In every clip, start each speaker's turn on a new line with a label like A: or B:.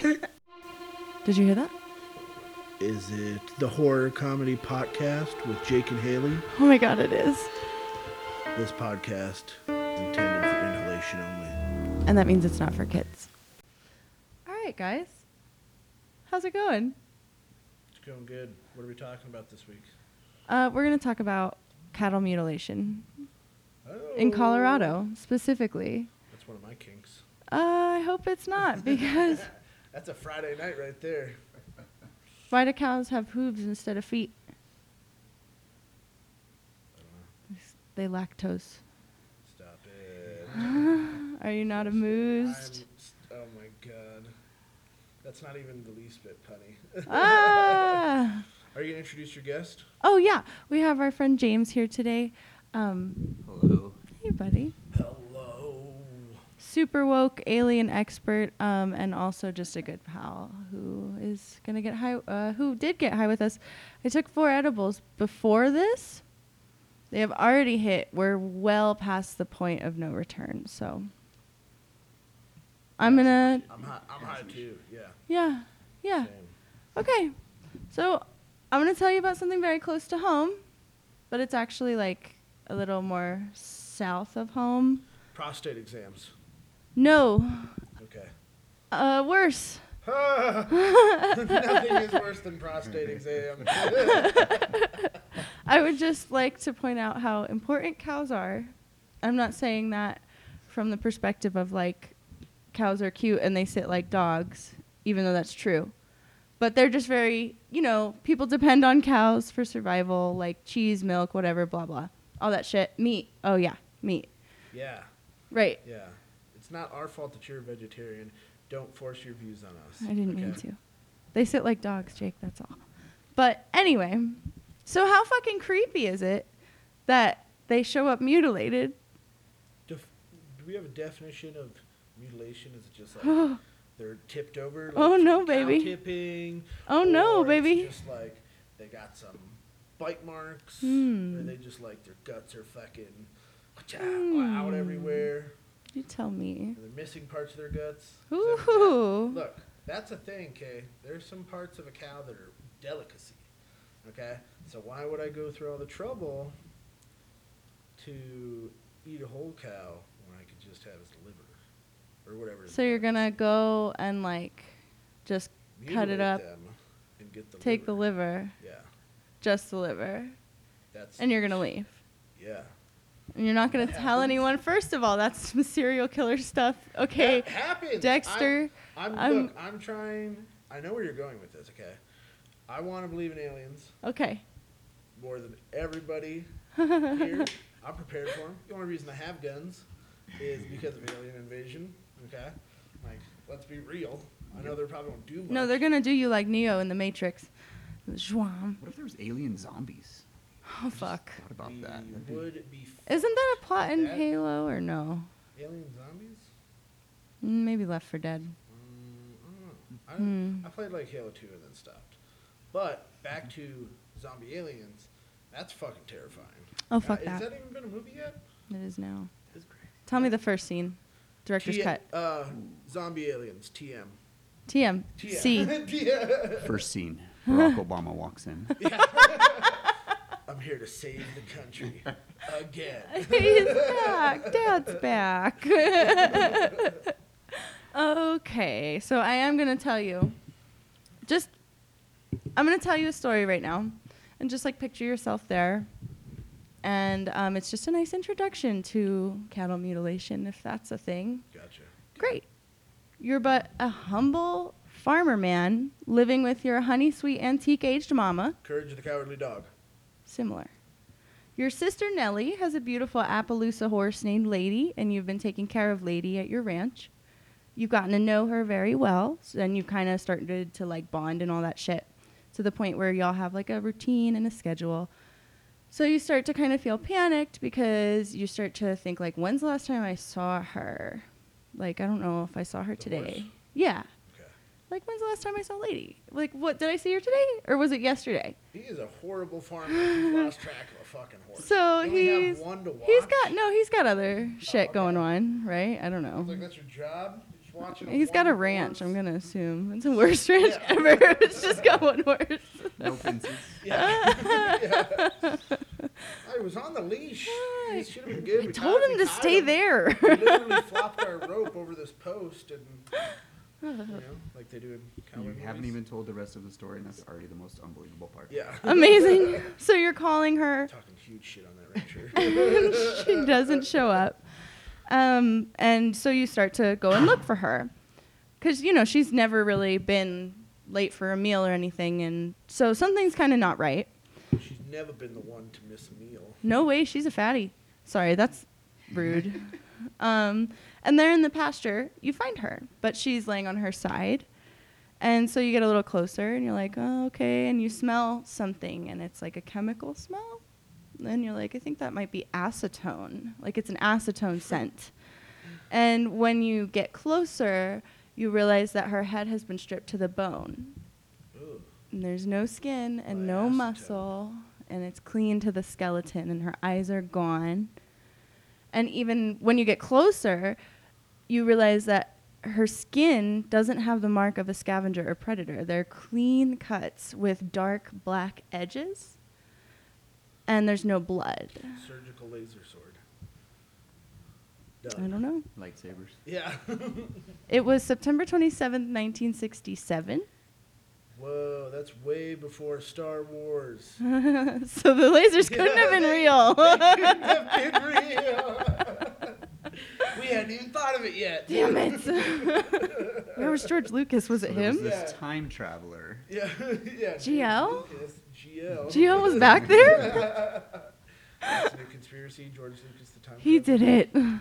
A: Did you hear that?
B: Is it the horror comedy podcast with Jake and Haley?
A: Oh my god, it is.
B: This podcast is intended for inhalation only.
A: And that means it's not for kids. All right, guys. How's it going?
B: It's going good. What are we talking about this week?
A: Uh, we're going to talk about cattle mutilation
B: Oh,
A: in Colorado specifically.
B: That's one of my kinks.
A: Uh, I hope it's not because
B: That's a Friday night right there.
A: why do cows have hooves instead of feet? They lactose.
B: Stop it.
A: Are you not amused?
B: I'm s- oh my god. That's not even the least bit punny.
A: Ah!
B: Are you going to introduce your guest?
A: Oh, yeah. We have our friend James here today. Um,
C: Hello.
A: hey, buddy.
B: Hello.
A: super woke alien expert um, and also just a good pal who is gonna get high uh, who did get high with us i took four edibles before this they have already hit we're well past the point of no return so i'm gonna
B: I'm hot. I'm hot too. Yeah.
A: yeah yeah
B: Same.
A: okay so i'm gonna tell you about something very close to home but it's actually like a little more south of home
B: Prostate exams.
A: no
B: Okay.
A: uh, worse
B: Nothing is worse than prostate exam.
A: I would just like to point out how important cows are. I'm not saying that from the perspective of like cows are cute and they sit like dogs, even though that's true. But they're just very, you know, people depend on cows for survival, like cheese, milk, whatever, blah, blah. All that shit. Meat. Oh, yeah, meat.
B: yeah,
A: Right.
B: yeah. It's not our fault that you're a vegetarian. Don't force your views on us.
A: I didn't mean
B: okay?
A: to. They sit like dogs, Jake, that's all. But anyway, so how fucking creepy is it that they show up mutilated?
B: Def- do we have a definition of mutilation? Is it just like they're tipped over? Like
A: Oh, no,
B: cow
A: baby.
B: Tipping.
A: Oh, no,
B: or it's
A: baby.
B: Just like they got some bite marks, or
A: Hmm.
B: they just like their guts are fucking out everywhere.
A: You tell me.
B: They're missing parts of their guts. Is that-
A: Ooh.
B: Look, that's a thing, Kay. There's some parts of a cow that are delicacy. Okay? So why would I go through all the trouble to eat a whole cow when I could just have his liver or whatever? his
A: So you're
B: liver
A: gonna go and like just
B: is.
A: cut it
B: Mutilate
A: up,
B: them and get the
A: take the
B: liver.
A: liver,
B: Yeah.
A: just the liver,
B: That's
A: and you're gonna leave.
B: Yeah.
A: And you're not gonna
B: That
A: tell
B: happens.
A: anyone. First of all, that's some serial killer stuff. Okay,
B: That happens. I'm-
A: Dexter.
B: I'm,
A: I'm-
B: look, I'm trying I know where you're going with this, okay? I want to believe in aliens
A: Okay.
B: more than everybody here. I'm prepared for them. The only reason I have guns is because of alien invasion. Okay, like let's be real. I know they probably won't do much.
A: No, they're gonna do you like Neo in the Matrix. Zhuam.
C: What if there was alien zombies?
A: Oh fuck.
C: Thought about
B: We
C: that. That'd be-
B: Would be f-
A: Isn't that a plot in
B: That-
A: Halo or no?
B: alien zombies?
A: Mm, Maybe Left for Dead.
B: Mm, I don't know.
A: Hmm.
B: I, I played like Halo Two and then stopped. But back to zombie aliens. That's fucking terrifying.
A: Oh fuck
B: Has
A: that.
B: that even been a movie yet?
A: It is now.
B: That's great.
A: Tell me the first scene. Director's
B: T-
A: cut.
B: Uh, zombie aliens. TM.
A: TM.
B: TM.
A: C.
B: TM.
C: First scene, Barack Obama walks in.
B: I'm here to save the country again.
A: He's back. Dad's back. okay, so I am going to tell you. Just, I'm going to tell you a story right now. And just like picture yourself there. And um, it's just a nice introduction to cattle mutilation, if that's a thing.
B: Gotcha.
A: Great. You're but a humble farmer man living with your honey sweet antique aged mama.
B: Courage of the Cowardly Dog.
A: Similar. Your sister Nellie has a beautiful Appaloosa horse named Lady, and you've been taking care of Lady at your ranch. You've gotten to know her very well, so then you've kind of started to like bond and all that shit to the point where y'all have like a routine and a schedule. So you start to kind of feel panicked because you start to think like, when's the last time I saw her? Like, I don't know if I saw her
B: The
A: today.
B: horse?
A: Yeah.
B: Okay.
A: Like, when's the last time I saw Lady? Like, what did I see her today, or was it yesterday?
B: He is a horrible farmer who's lost track of a fucking horse.
A: So
B: You only have
A: he's
B: one to
A: he's
B: watch?
A: got no, he's got other shit
B: okay.
A: going on, right? I don't
B: I was like,
A: know.
B: that's your job. You just watching.
A: He's got a
B: one
A: ranch, I'm
B: horse-
A: gonna assume. It's the worst ranch
B: Yeah.
A: ever. it's just got one horse.
C: No fences.
B: Yeah. yeah. I was on the leash. It should have been good.
A: I
B: We
A: told
B: tied- we
A: him to
B: tied
A: stay there.
B: We literally flopped our rope over this post and, you know, like they do in cowboy
C: You
B: movies.
C: haven't even told the rest of the story, and that's already the most unbelievable part.
B: Yeah.
A: Amazing. So you're calling her.
B: Talking huge shit on that rancher.
A: she doesn't show up. Um, and so you start to go and look for her. Because, you know, she's never really been late for a meal or anything. And so something's kind of not right.
B: She's never been the one to miss a meal.
A: No way, she's a fatty. Sorry, that's rude. um, and there in the pasture, you find her, but she's laying on her side. And so you get a little closer and you're like, oh, okay. And you smell something and it's like a chemical smell. And you're like, I think that might be acetone. Like it's an acetone scent. And when you get closer, you realize that her head has been stripped to the bone.
B: Ugh.
A: And there's no skin and
B: By
A: no
B: acetone.
A: muscle, and it's clean to the skeleton, and her eyes are gone. And even when you get closer, you realize that her skin doesn't have the mark of a scavenger or predator. They're clean cuts with dark black edges, and there's no blood.
B: Surgical laser sword.
A: I don't know.
C: Lightsabers.
B: Yeah.
A: It was September 27th, 1967.
B: Whoa, that's way before Star Wars.
A: so the lasers couldn't have been real.
B: we hadn't even thought of it yet.
A: Damn it. Where was George Lucas? Was it
C: So there was
A: him?
B: the-
C: this
B: Yeah.
C: time traveler.
B: Yeah, yeah.
A: GL?
B: Yes, GL.
A: Gio was back there?
B: That's a new conspiracy. George Lucas, the time.
A: He
B: traveler.
A: did it.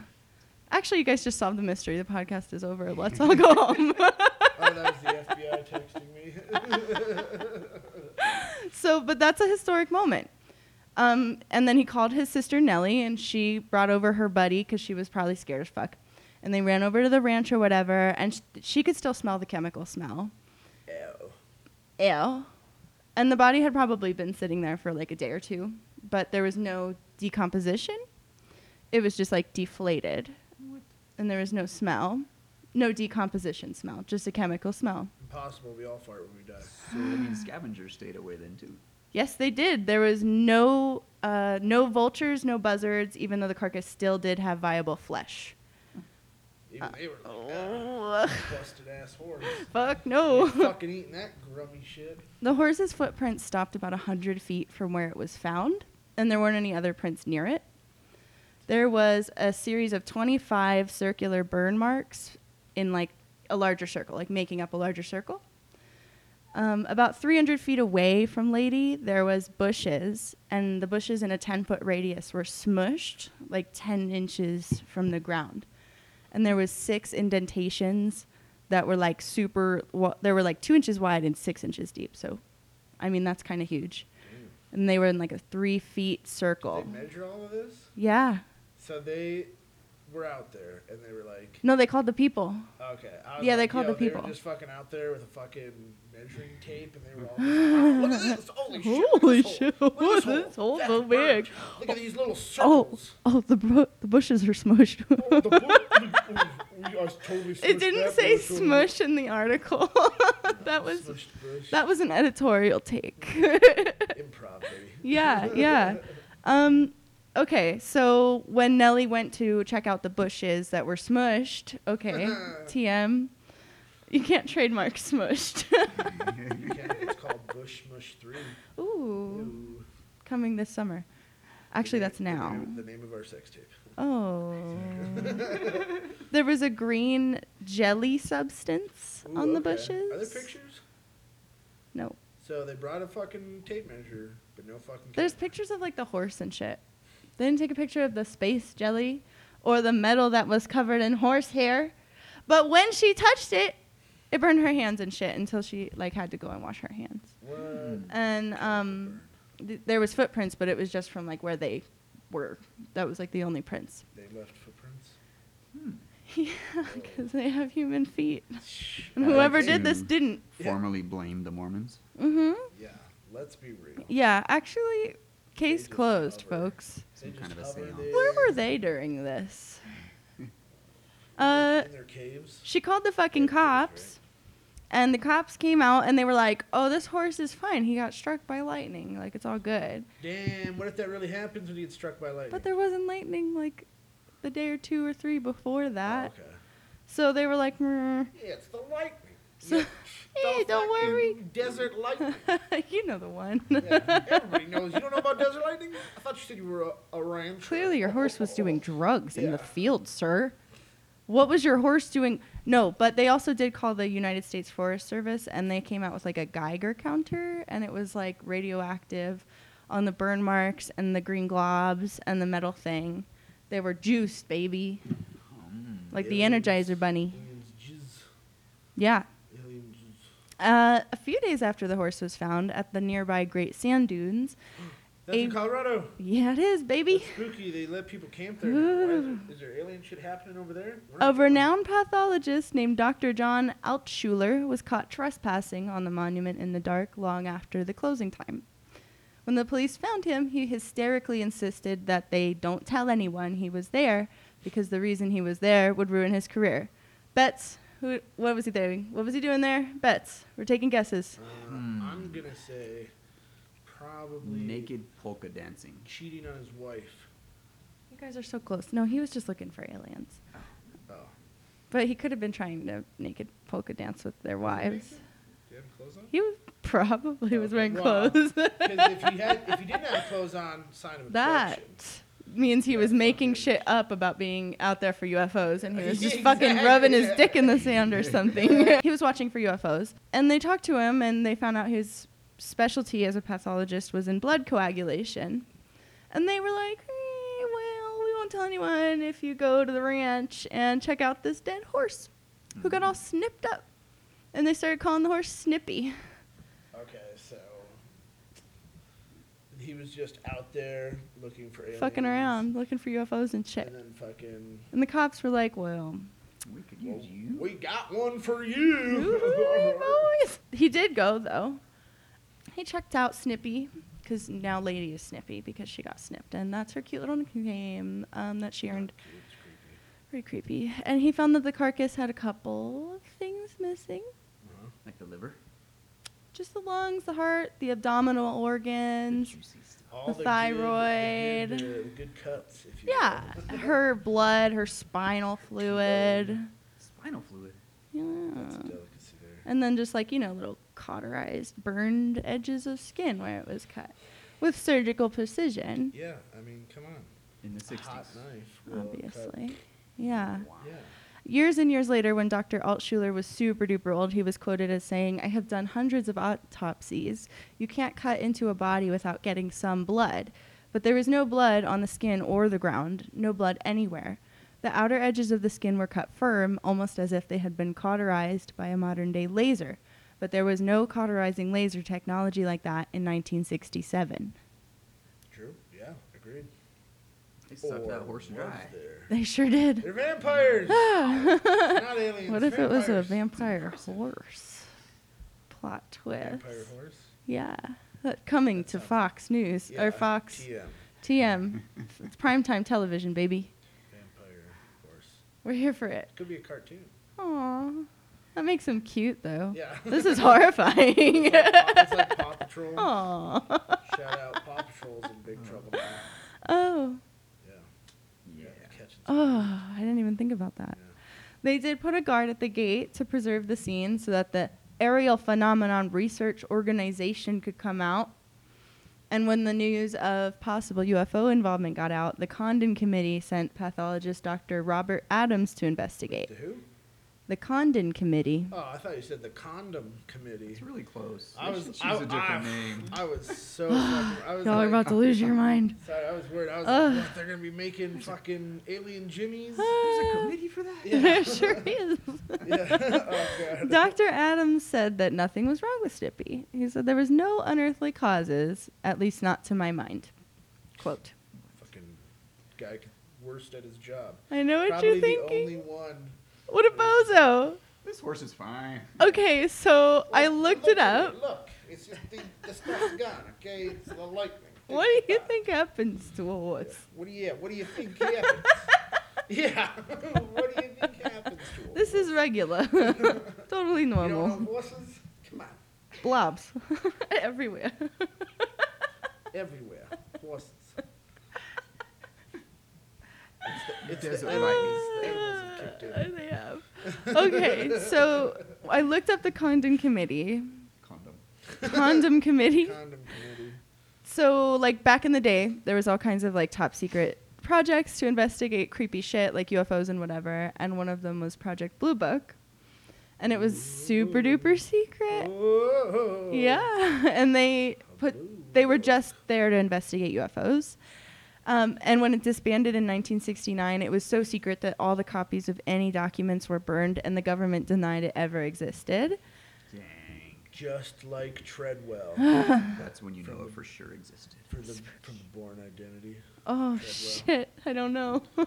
A: Actually, you guys just solved the mystery. The podcast is over. Let's all go home.
B: Oh, that was the FBI texting me.
A: so, but that's a historic moment. Um, and then he called his sister Nellie, and she brought over her buddy because she was probably scared as fuck. And they ran over to the ranch or whatever, and sh- she could still smell the chemical smell.
B: Ew.
A: Ew. And the body had probably been sitting there for like a day or two, but there was no decomposition. It was just like deflated. And there was no smell. No decomposition smell, just a chemical smell.
B: Impossible. We all fart when we die.
C: So I mean, scavengers stayed away then too.
A: Yes, they did. There was no uh, no vultures, no buzzards, even though the carcass still did have viable flesh.
B: Even they were like, "Ah,
A: Oh,
B: busted ass horse.
A: fuck no.
B: Fucking eating that grubby shit.
A: the horse's footprints stopped about 100 feet from where it was found, and there weren't any other prints near it. There was a series of 25 circular burn marks in like a larger circle, like making up a larger circle. Um, about 300 feet away from Lady, there was bushes, and the bushes in a 10-foot radius were smushed like 10 inches from the ground. And there was six indentations that were like super. Well, there were like two inches wide and six inches deep. So, I mean, that's kind of huge.
B: Damn.
A: And they were in like a three-feet circle.
B: Did they measure all of this?
A: Yeah.
B: So they were out there and they were like,
A: No, they called the people.
B: okay. I was
A: Yeah, they
B: like,
A: called
B: yo,
A: the
B: They
A: people.
B: were just fucking out there with a fucking measuring tape and they were all like, wow, look at this. Holy shit. look at
A: Holy
B: this
A: shit,
B: hole. Look at
A: this
B: this
A: hole's
B: hole. That's
A: so big.
B: burnt. Look at these little
A: Oh,
B: circles.
A: oh, the bu- the bushes are smushed.
B: Oh, the book, we, I was totally
A: it
B: smushed
A: didn't
B: that
A: say
B: bush over.
A: smush in the article. that was
B: Smushed bush.
A: that was an editorial take.
B: improv. baby.
A: yeah, yeah. Um, okay, so when Nellie went to check out the bushes that were smushed, okay,
B: Mm-hmm.
A: TM, you can't trademark smushed.
B: You can't, it's called Bush Mush Three.
A: Ooh,
B: Ooh.
A: coming this summer. Actually,
B: The
A: that's
B: name-
A: now.
B: The name of our sex tape.
A: Oh. there was a green jelly substance
B: Ooh,
A: on the
B: okay.
A: bushes.
B: Are there pictures?
A: No.
B: So they brought a fucking tape measure, but no fucking.
A: There's
B: camera.
A: pictures of like the horse and shit. They didn't take a picture of the space jelly or the metal that was covered in horse hair. But when she touched it, it burned her hands and shit until she like had to go and wash her hands.
B: What?
A: And um th- there was footprints, but it was just from like where they were. That was like the only prints.
B: They left footprints.
C: Hmm.
A: Yeah, cuz they have human feet. And
C: I'd like
A: whoever did this
C: to-
A: didn't.
B: Yeah.
C: Formerly blamed the Mormons.
A: Mhm.
B: Yeah. Let's be real.
A: Yeah, actually case
B: just
A: closed,
B: hover.
A: folks.
B: They
C: Some
B: just
C: kind of a
B: hover
C: seance.
B: there.
A: Where were they during this? Uh,
B: in their caves.
A: she called the fucking cops, and the cops came out and they were like, "Oh, this horse is fine. He got struck by lightning. Like it's all good."
B: Damn, what if that really happens when you get struck by lightning?
A: But there wasn't lightning like the day or two or three before that.
B: Oh, okay.
A: So they were like, "Mm."
B: Yeah, it's the lightning.
A: So-
B: Yeah,
A: Hey,
B: the
A: don't
B: fucking
A: worry.
B: Desert lightning.
A: you know the one.
B: Yeah, everybody knows. You don't know about desert lightning? I thought you said you were a, a rancher.
A: Clearly, your horse was doing drugs in the
B: Yeah.
A: field, sir. What was your horse doing? No, but they also did call the United States Forest Service and they came out with like a Geiger counter and it was like radioactive on the burn marks and the green globs and the metal thing. They were juiced, baby.
C: Mm.
A: Like
B: Yeah.
A: the Energizer Bunny.
B: Aliens jizz.
A: Yeah.
B: Aliens jizz.
A: Uh, a few days after the horse was found at the nearby Great Sand Dunes.
B: That's in
A: A-
B: Colorado.
A: Yeah, it is, baby.
B: That's spooky. They let people camp there. now. Why Is there, is there alien shit happening over there? We're not
A: A
B: going.
A: renowned pathologist named Dr. John Altshuler was caught trespassing on the monument in the dark long after the closing time. When the police found him, he hysterically insisted that they don't tell anyone he was there because the reason he was there would ruin his career. Betts, who, what was he doing? What was he doing there? Betts, we're taking guesses.
B: Uh,
C: Hmm.
B: I'm gonna say probably
C: Naked polka dancing.
B: cheating on his wife.
A: You guys are so close. No, he was just looking for aliens.
B: Oh,
A: But he could have been trying to naked polka dance with their wives.
B: do you have clothes on?
A: He probably was
B: Okay,
A: wearing
B: well,
A: clothes.
B: Because if you had, if you didn't have clothes on, sign of
A: That
B: abduction.
A: means he was
B: Yeah,
A: making
B: okay.
A: shit up about being out there for UFOs and he was just
B: Yeah,
A: fucking rubbing his
B: exactly.
A: dick in the sand or something. he was watching for UFOs and they talked to him and they found out his specialty as a pathologist was in blood coagulation. And they were like, "Eh, well, we won't tell anyone if you go to the ranch and check out this dead horse who got all snipped up. And they started calling the horse Snippy.
B: Okay, so he was just out there looking for aliens,
A: Fucking around, looking for UFOs and shit.
B: and then fucking.
A: And the cops were like, well,
C: We could
B: "Well,
C: use you.
B: We got one for you.
A: Ooh, boys. he did go though. He checked out Snippy because now Lady is Snippy because she got snipped, and that's her cute little nickname um, that she earned.
B: It's creepy.
A: Pretty creepy. And he found that the carcass had a couple of things missing:
B: Uh-huh.
C: Like the liver.
A: just the lungs, the heart, the abdominal
C: The
A: organs.
C: juicy stuff.
B: All
A: The
B: good-
A: thyroid.
B: the good, uh, good cuts, if you
A: Yeah,
B: will.
A: her blood, her spinal fluid.
C: Spinal fluid.
A: Yeah.
B: That's a delicacy there.
A: And then just like, you know, little cauterized, burned edges of skin where it was cut with surgical precision,
B: Yeah, I mean, come on.
C: In the
B: A hot
C: 60s.
B: knife. will cut-
A: obviously. Yeah.
C: Wow.
B: Yeah.
A: Years and years later, when Dr. Altshuler was super duper old, he was quoted as saying, I have done hundreds of autopsies. You can't cut into a body without getting some blood. But there was no blood on the skin or the ground, no blood anywhere. The outer edges of the skin were cut firm, almost as if they had been cauterized by a modern day laser. But there was no cauterizing laser technology like that in 1967.
B: True. Yeah. Agreed.
C: They sucked that
B: Or
C: horse
B: was
C: dry.
B: there?
A: They sure did.
B: They're vampires. not aliens.
A: What if it was a
B: vampires.
A: vampire
C: Impressive.
A: horse? Plot twist.
B: Vampire horse.
A: Yeah. That coming
B: That
A: to
B: sounds-
A: Fox News
B: Yeah,
A: or Fox
B: TM.
A: TM. it's primetime television, baby.
B: Vampire horse.
A: We're here for it.
B: Could be a cartoon.
A: Aw. That makes him cute though.
B: Yeah.
A: This is horrifying.
B: It's like Paw- it's like Paw Patrol.
A: Aw.
B: Shout out Paw Patrol's in big trouble now.
A: Oh.
B: Yeah.
C: Yeah.
B: catching some-
A: Oh, I didn't even think about that.
B: Yeah.
A: They did put a guard at the gate to preserve the scene so that the aerial phenomenon research organization could come out. And when the news of possible UFO involvement got out, the Condon Committee sent pathologist Dr. Robert Adams to investigate.
B: The who?
A: The Condon Committee.
B: Oh, I thought you said the condom committee.
C: It's really close.
B: I
C: They
B: was
C: should choose
B: I,
C: a different
B: I,
C: name.
B: I was so fucking. I was
A: Y'all are
B: like,
A: about to lose your mind.
B: Sorry, I was worried. I was
A: Ugh.
B: like, what, they're gonna be making fucking alien jimmies.
C: There's a
A: Ah.
C: committee for that?
B: Yeah.
A: There sure is.
B: yeah. oh, God.
A: Dr. Adams said that nothing was wrong with Snippy. He said there was no unearthly causes, at least not to my mind. Quote.
B: Fucking guy c- worst at his job.
A: I know what
B: Probably
A: you're
B: the
A: thinking.
B: only one.
A: What a bozo.
C: This horse is fine.
A: Okay, so I
B: Look,
A: looked
B: look
A: it
B: Oh, at
A: up.
B: Look, it's just the, the stuff's gone. Okay, it's the lightning.
A: What do you think happens to a
B: Yeah.
A: horse?
B: What do you? Yeah, what do you think happens? yeah. what do you think happens? to a
A: This is regular. totally
B: You don't
A: normal.
B: know horses? Come on.
A: Blobs everywhere.
B: Everywhere. Horses. It's the, it's
C: Desert
B: the,
C: lightning.
B: animals have kicked in.
A: they have. Okay, so I looked up the condom committee.
C: Condom.
A: Condom committee.
B: Condom committee.
A: So, like back in the day, there was all kinds of like top secret projects to investigate creepy shit like UFOs and whatever, and one of them was Project Blue Book. And it was super duper secret.
B: Whoa.
A: Yeah, and they put they were just there to investigate UFOs. Um, and when it disbanded in 1969, it was so secret that all the copies of any documents were burned, and the government denied it ever existed.
C: Dang.
B: Just like Treadwell.
C: That's when you know it for sure existed.
B: For the, from the Born Identity.
A: Oh
B: Treadwell.
A: shit! I don't know.
B: Wow.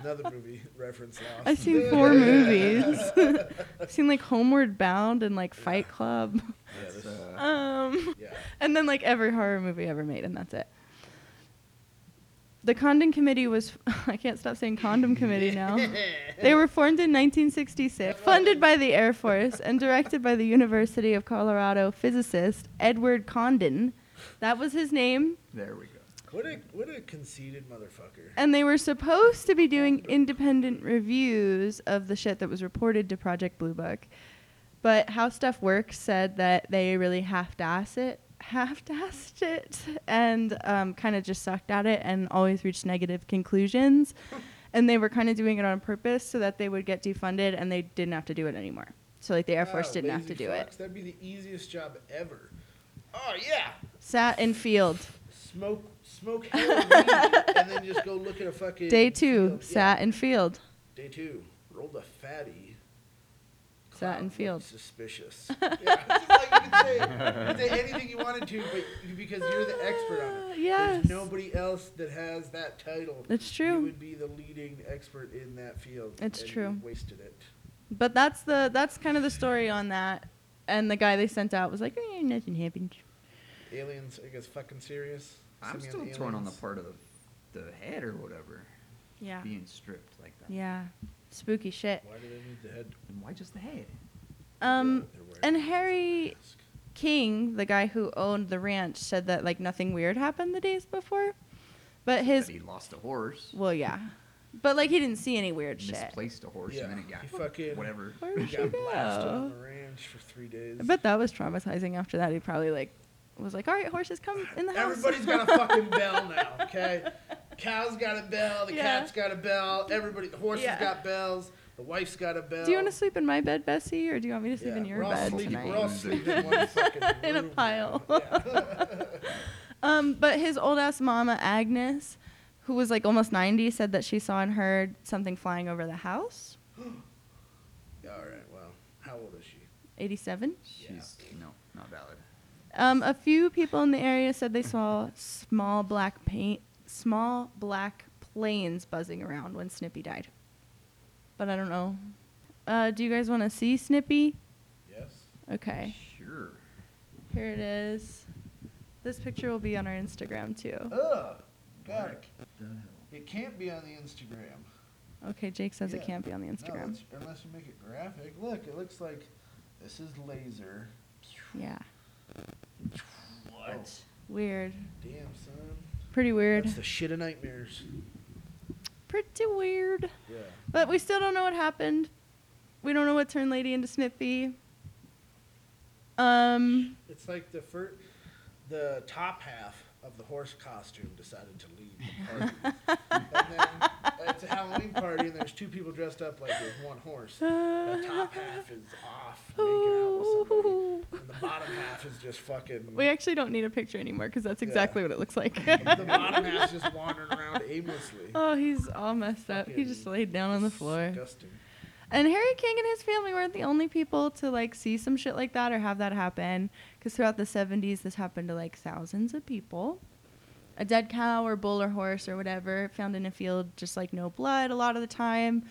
B: another movie reference lost.
A: I've seen four movies. I've seen like Homeward Bound and like Fight Club.
B: Yeah, this-
C: That's, uh,
A: Um,
B: yeah.
A: and then like every horror movie ever made, and that's it. The Condom Committee was, I can't stop saying Condom Committee now. They were formed in 1966, funded by the Air Force, and directed by the University of Colorado physicist Edward Condon. That was his name.
C: there we go.
B: What a what a conceited motherfucker.
A: And they were supposed to be doing independent reviews of the shit that was reported to Project Blue Book. But How Stuff Works said that they really half-assed it, half-assed it, and um, kind of just sucked at it and always reached negative conclusions. And they were kind of doing it on purpose so that they would get defunded and they didn't have to do it anymore. So like the Air Force
B: Ah,
A: didn't have to
B: lazy
A: do
B: fucks.
A: it.
B: That'd be the easiest job ever. Oh yeah,
A: Sat in field.
B: smoke smoke heroin and then just go look at a fucking
A: Day two,
B: field. Yeah.
A: sat in field.
B: Day two, rolled a fatty.
A: Sat in
B: Clown
A: field.
B: looked Suspicious. yeah, it's like you can say, you can say anything you wanted to, but you, because you're the expert on it.
A: Ah, Yes.
B: There's nobody else that has that title.
A: It's true.
B: You would be the leading expert in that field.
A: It's
B: and you
A: true.
B: wasted it.
A: But that's the that's kind of the story on that. And the guy they sent out was like, eh, nothing happened.
B: Aliens, I guess, fucking serious.
C: I'm
B: Sending
C: still
B: out
C: torn on the
B: aliens.
C: part of the, the head or whatever
A: Yeah.
C: being stripped like that.
A: Yeah. Spooky shit.
B: Why do they need the head?
C: And why just the head?
A: Um,
B: They're wearing
A: and
B: a
A: Harry
B: mask.
A: King, the guy who owned the ranch, said that like nothing weird happened the days before, but his
C: That he lost a horse,
A: well, yeah, but like he didn't see any weird shit.
C: misplaced a horse,
B: Yeah,
C: and then it got
B: he fucking-
C: whatever.
A: Where
B: He
A: did she
B: got blasted on
A: go?
B: the ranch for three days.
A: I bet that was traumatizing. After that, he probably like was like, all right, horses, come in the house.
B: Everybody's got a fucking bell now, okay? Cow's got a bell, the
A: Yeah.
B: cat's got a bell, everybody, the horses
A: Yeah.
B: got bells, the wife's got a bell.
A: do you want to sleep in my bed, Bessie, or do you want me to sleep
B: Yeah,
A: in your
B: we're all
A: bed
B: sleeping-
A: tonight?
B: We're all sleeping in one fucking
A: In a
B: room now.
A: pile.
B: Yeah.
A: Um, but his old ass mama Agnes, who was like almost ninety, said that she saw and heard something flying over the house.
B: All right, well, how old is she?
A: Eighty-seven.
C: She's no, not valid.
A: Um, a few people in the area said they saw small black paint, small black planes buzzing around when Snippy died. But I don't know. Uh, do you guys want to see Snippy?
B: Yes.
A: Okay,
C: Sure.
A: here it is. This picture will be on our Instagram too.
B: Ugh, God, it-
C: The hell?
B: it can't be on the Instagram.
A: Okay, Jake says it
B: Yeah.
A: can't be on the
B: No,
A: Instagram.
B: it's- unless you make it graphic. Look, it looks like this is laser.
A: Yeah,
B: What?
A: weird.
B: Oh, Damn, son.
A: Pretty weird.
B: That's the shit of nightmares.
A: Pretty weird.
B: Yeah.
A: But we still don't know what happened. We don't know what turned Lady into Snippy. Um,
B: It's like the fir- the top half of the horse costume decided to leave the party. and then it's a Halloween party, and there's two people dressed up like there's one horse. The top half is off, making out with somebody. And the bottom half is just fucking.
A: we actually don't need a picture anymore because that's
B: Yeah.
A: exactly what it looks like.
B: the bottom half is just wandering around aimlessly.
A: oh, he's all messed up. He just
B: Fucking
A: laid down on the floor.
B: Disgusting.
A: And Harry King and his family weren't the only people to like see some shit like that or have that happen. Because throughout the 70s, this happened to like thousands of people. A dead cow or bull or horse or whatever found in a field, just like no blood a lot of the time.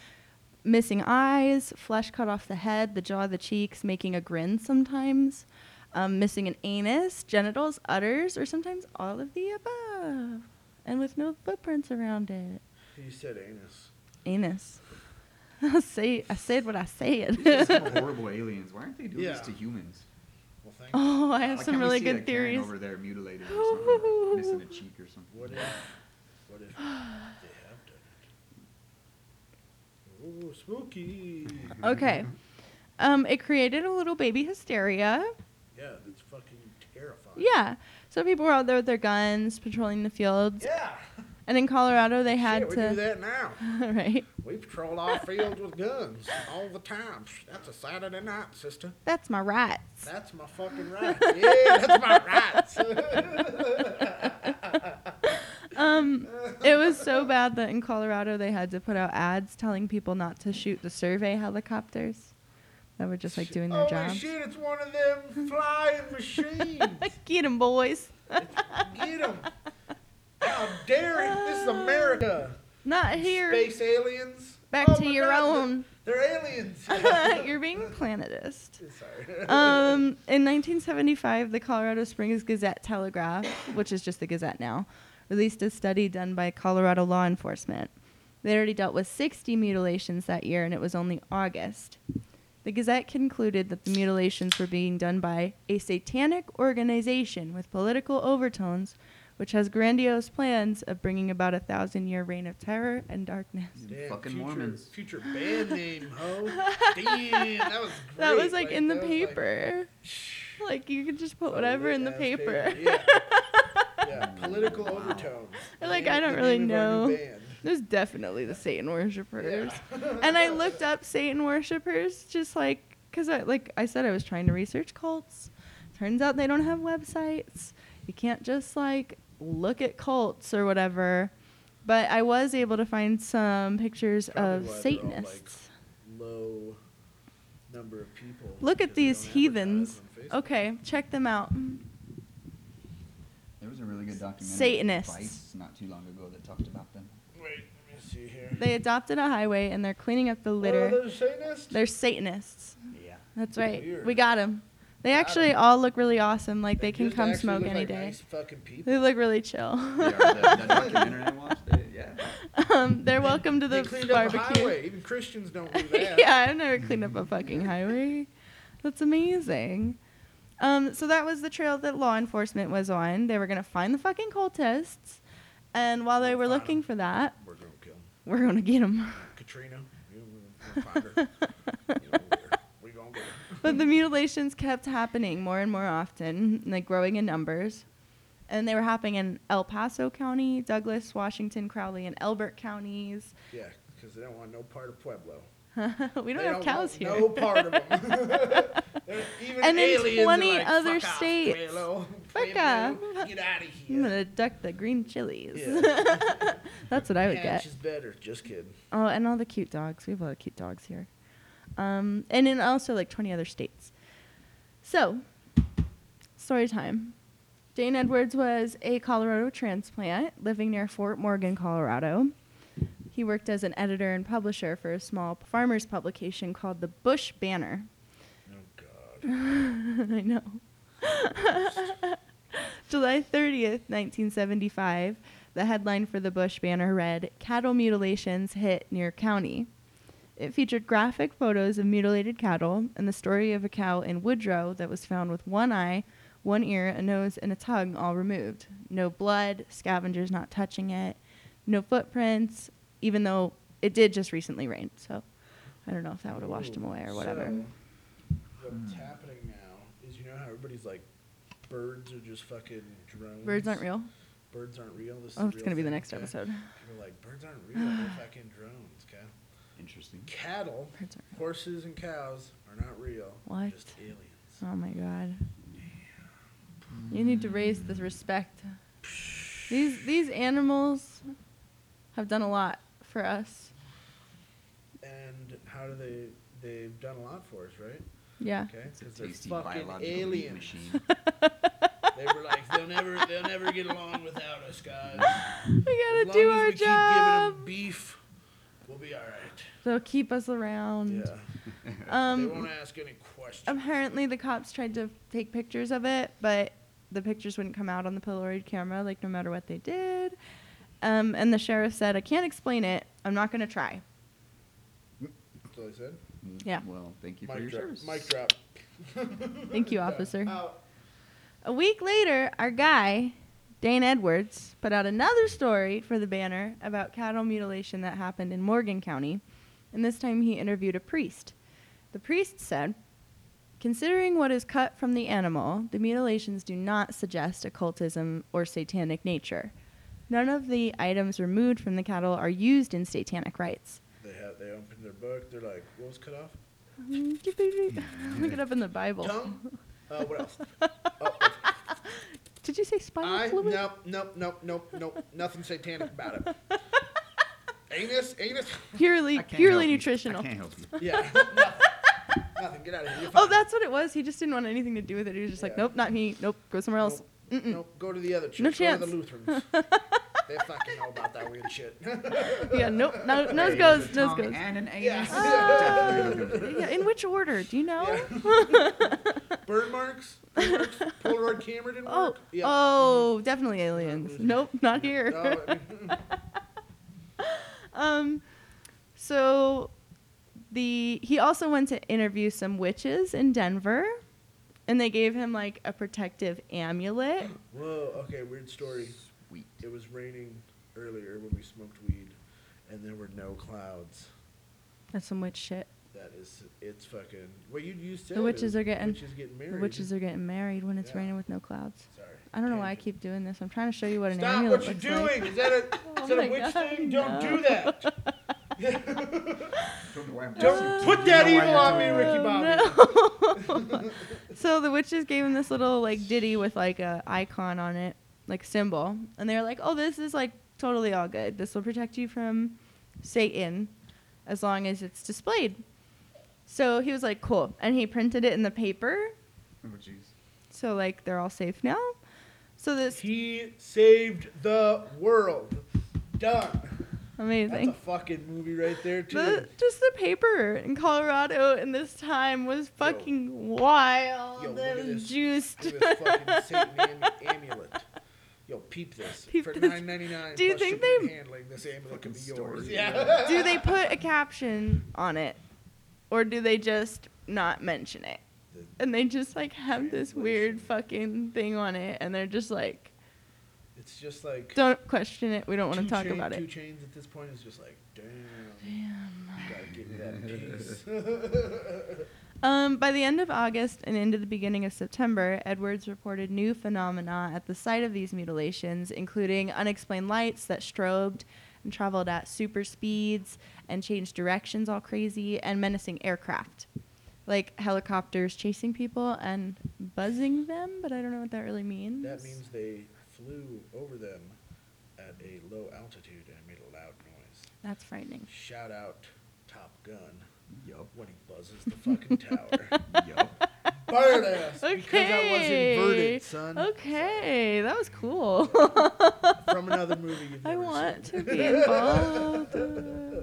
A: Missing eyes, flesh cut off the head, the jaw, the cheeks, making a grin sometimes. Um, missing an anus, genitals, udders, or sometimes all of the above. And with no footprints around it.
B: You said anus.
A: Anus. I say I said what I
C: These are
A: said.
C: some horrible aliens. Why aren't they doing
B: Yeah.
C: this to humans?
B: Well, thank
A: oh, I have
C: Why
A: some
C: can't we
A: really
C: see
A: good
C: that Karen
A: theories.
C: over there mutilated or something, like missing a cheek or something.
B: What if? What if they have done it? Oh, spooky.
A: Okay. Um, it created a little baby hysteria.
B: Yeah, that's fucking terrifying.
A: Yeah. So people were out there with their guns patrolling the fields.
B: Yeah.
A: And in Colorado they had
B: Shit, we do
A: to
B: that now.
A: right.
B: We patrol our fields with guns all the time. That's a Saturday night, sister.
A: That's my rights.
B: That's my fucking right. Yeah, that's my rights.
A: Um it was so bad that in Colorado they had to put out ads telling people not to shoot the survey helicopters that were just like doing their
B: Holy
A: job.
B: shit, it's one of them flying machines.
A: Get 'em, boys.
B: Get him. How dare it? This is America.
A: Not here.
B: Space aliens.
A: Back
B: Oh
A: to
B: my
A: your
B: God,
A: own.
B: They're they're aliens.
A: You're being planetist.
B: Sorry.
A: Um, in 1975, the Colorado Springs Gazette Telegraph, which is just the Gazette now, released a study done by Colorado law enforcement. They already dealt with 60 mutilations that year, and it was only August. The Gazette concluded that the mutilations were being done by a satanic organization with political overtones, which has grandiose plans of bringing about a thousand year reign of terror and darkness.
B: Damn,
C: Fucking
B: future,
C: Mormons.
B: Future band name, ho. Damn, that was great.
A: That was like in the
B: that was, like,
A: paper. Like you could just put
B: Oh,
A: whatever in the
B: Lit-ass
A: paper.
B: Yeah. yeah, political overtones. The
A: Like,
B: name-
A: I don't
B: the
A: really
B: name of our new band.
A: It was definitely the Satan worshipers.
B: Yeah.
A: And I looked up Satan worshipers just like cuz I like I said I was trying to research cults. Turns out they don't have websites. You can't just like look at cults or whatever. But I was able to find some pictures
B: Probably
A: of
B: why they're all, like,
A: Satanists.
B: Low number of people.
A: Look
B: because
A: at
B: they
A: these
B: don't
A: heathens.
B: advertise on Facebook.
A: Okay, check them out.
C: There was a really good documentary. on
A: Satanists.
C: Vice not too long ago that talked about them.
B: Wait, let me see here.
A: They adopted a highway and they're cleaning up the
B: Oh,
A: litter.
B: they're Satanists?
A: They're Satanists.
C: Yeah.
A: That's right. We
B: Weird.
A: got them. They
B: Got
A: actually
B: 'em.
A: all look really awesome. Like they, can
B: just
A: come
B: actually
A: smoke
B: look
A: any
B: like
A: day.
B: Nice fucking people.
A: They look really chill.
C: yeah that, that documentary I watched, they- yeah.
A: um, they're welcome to
B: They
A: the
B: cleaned up a
A: barbecue.
B: highway. Even Christians don't do that.
A: yeah, I've never cleaned up a fucking highway. That's amazing. Um, so that was the trail that law enforcement was on. They were gonna find the fucking cultists, and while they were
B: Find 'em.
A: looking for that,
B: We're gonna kill 'em.
A: we're gonna get them.
B: Katrina. you know, We're gonna find her. You know, we're- we gonna get her.
A: but the mutilations kept happening more and more often, like growing in numbers. And they were happening in El Paso County, Douglas, Washington, Crowley, and Elbert counties.
B: Yeah, because they don't want no part of Pueblo.
A: we
B: They
A: don't have
B: want
A: cows here.
B: No part of them. Even
A: And in
B: aliens are
A: 20
B: like,
A: other
B: Fuck off,
A: states.
B: Pueblo.
A: Fuck
B: Pueblo, Get out of
A: I'm
B: here.
A: gonna duck the green chilies.
B: Yeah.
A: That's what I would
B: Patch
A: get.
B: is better. Just kidding.
A: Oh, and all the cute dogs. We have a lot of cute dogs here. Um, and in also like 20 other states. So, story time. Jane Edwards was a Colorado transplant living near Fort Morgan, Colorado. He worked as an editor and publisher for a small farmers publication called the Bush Banner.
B: Oh God.
A: I know. July 30th, 1975, the headline for the Bush banner read Cattle Mutilations Hit Near County. It featured graphic photos of mutilated cattle and the story of a cow in Woodrow that was found with one eye, one ear, a nose, and a tongue all removed. No blood, scavengers not touching it, no footprints, even though it did just recently rain. So I don't know if that would have washed them away or whatever.
B: So, what's happening now is you know how everybody's like, birds are just fucking drones.
A: Birds aren't real.
B: Birds aren't real. This is
A: Oh,
B: a
A: it's
B: real
A: going to be the
B: thing,
A: next
B: okay?
A: episode.
B: People are like, birds aren't real. They're fucking drones. Okay.
C: Interesting.
B: Cattle,
A: Birds aren't real.
B: horses, and cows are not real.
A: What?
B: Just aliens.
A: Oh my god. You need to raise the respect. These these animals have done a lot for us.
B: And how do they? They've done a lot for us, right?
A: Yeah.
B: Okay,
C: It's a
B: because they're
C: tasty
B: fucking
C: biological meat
B: aliens.
C: machine.
B: they were like, they'll never, they'll never get along without us, guys.
A: We
B: As
A: gotta
B: long
A: do
B: as
A: our
B: we
A: job.
B: keep giving them beef, we'll be all right.
A: They'll keep us around.
B: Yeah. they
A: Um
B: won't ask any questions.
A: apparently the cops tried to take pictures of it, but the pictures wouldn't come out on the pilloried camera, like no matter what they did. Um, and the sheriff said, I can't explain it. I'm not gonna try.
B: That's what I said.
A: Yeah.
C: Well, thank you for
B: Mic
C: your
B: drop.
C: service.
B: Mic drop.
A: Thank you,
B: Yeah.
A: officer.
B: Out.
A: A week later, our guy, Dane Edwards, put out another story for the banner about cattle mutilation that happened in Morgan County, and this time he interviewed a priest. The priest said, Considering what is cut from the animal, the mutilations do not suggest occultism or satanic nature. None of the items removed from the cattle are used in satanic rites.
B: They have. They opened their book. They're like, "What was cut off?
A: Look it up in the Bible.
B: Tongue? Uh, what else?
A: Did you say spinal
B: I
A: fluid?
B: nope nope nope nope nope. Nothing satanic about it. Anus anus.
A: Purely,
C: I can't
A: purely
C: help you.
A: nutritional.
C: I can't help you.
B: Yeah. nothing. nothing. Get out of here. You're
A: Oh,
B: fine.
A: that's what it was. He just didn't want anything to do with it. He was just like,
B: Yeah.
A: nope, not me. Nope, go somewhere else.
B: Nope.
A: Mm-mm.
B: Nope. Go to the other church.
A: No
B: Go to
A: chance.
B: the Lutherans. they fucking know about that weird shit.
A: Yeah, nope. No, nose
C: Hey,
A: goes,
C: there's a
A: nose
C: tongue
A: goes.
C: And an
B: Yeah.
C: anus.
A: Yeah, in which order? Do you know?
B: Bird marks. Bird marks. Polaroid camera didn't
A: Oh,
B: work. Yeah.
A: oh, definitely aliens.
B: Mhm.
A: Nope, not here.
B: No, I mean, mm-hmm.
A: um, so the he also went to interview some witches in Denver, and they gave him like a protective amulet.
B: Whoa, okay, weird story.
C: Sweet.
B: It was raining earlier when we smoked weed, and there were no clouds.
A: That's some witch shit.
B: That is, it's fucking. Well, you you said
A: The witches
B: it.
A: are getting-
B: witches getting married.
A: The witches are getting married when it's
B: Yeah.
A: raining with no clouds.
B: Sorry.
A: I don't know why I
B: tangent.
A: keep doing this. I'm trying to show you what an
B: Stop
A: amulet
B: what you're
A: looks
B: doing.
A: like.
B: Is that a
A: Oh
B: is that
A: my
B: a witch
A: God,
B: thing? Don't
A: no.
B: do that.
C: Don't know why I'm
B: don't
C: asking
B: put
C: you.
B: that
C: You know why
B: evil
C: I
B: on me,
C: have to-
B: Ricky Bobby.
A: No. Um, so the witches gave him this little like ditty with like a icon on it, like symbol, and they were like, "Oh, this is like totally all good. This will protect you from Satan, as long as it's displayed." So he was like, "Cool," and he printed it in the paper,
C: Oh, jeez.
A: so like they're all safe now. So this
B: He saved the world. Done. That's a
A: amazing.
B: fucking movie right there too.
A: The, just the paper in Colorado in this time was fucking wild.
B: Yo, look
A: it
B: at
A: was
B: this.
A: juiced.
B: Look at this fucking Satan am- amulet. Yo, peep this
A: Peep
B: for
A: this.
B: nine ninety nine.
A: Do you think they-
B: handling this amulet could be
C: Fucking
B: yours?
C: story.
B: Yeah.
A: do they put a caption on it or do they just not mention it and they just like have this weird fucking thing on it and they're just like
B: It's just like
A: don't question it we don't want to
B: two
A: talk
B: chain-
A: about
B: Two
A: it
B: chains at this point is just like damn.
A: Damn.
B: Gotta give me that peace.
A: um, by the end of august and into the beginning of september edwards reported new phenomena at the site of these mutilations including unexplained lights that strobed and traveled at super speeds and changed directions all crazy and menacing aircraft like helicopters chasing people and buzzing them, but I don't know what that really means.
B: that means they flew over them at a low altitude and made a loud noise.
A: that's frightening.
B: Shout out Top Gun
C: Yup.
B: when he buzzes the fucking tower.
C: Oh, Yup.
B: Fired ass because I was
A: Okay.
B: inverted, son.
A: Okay, that was cool.
B: From another movie you've
A: I
B: never
A: want
B: seen.
A: to be involved. Uh,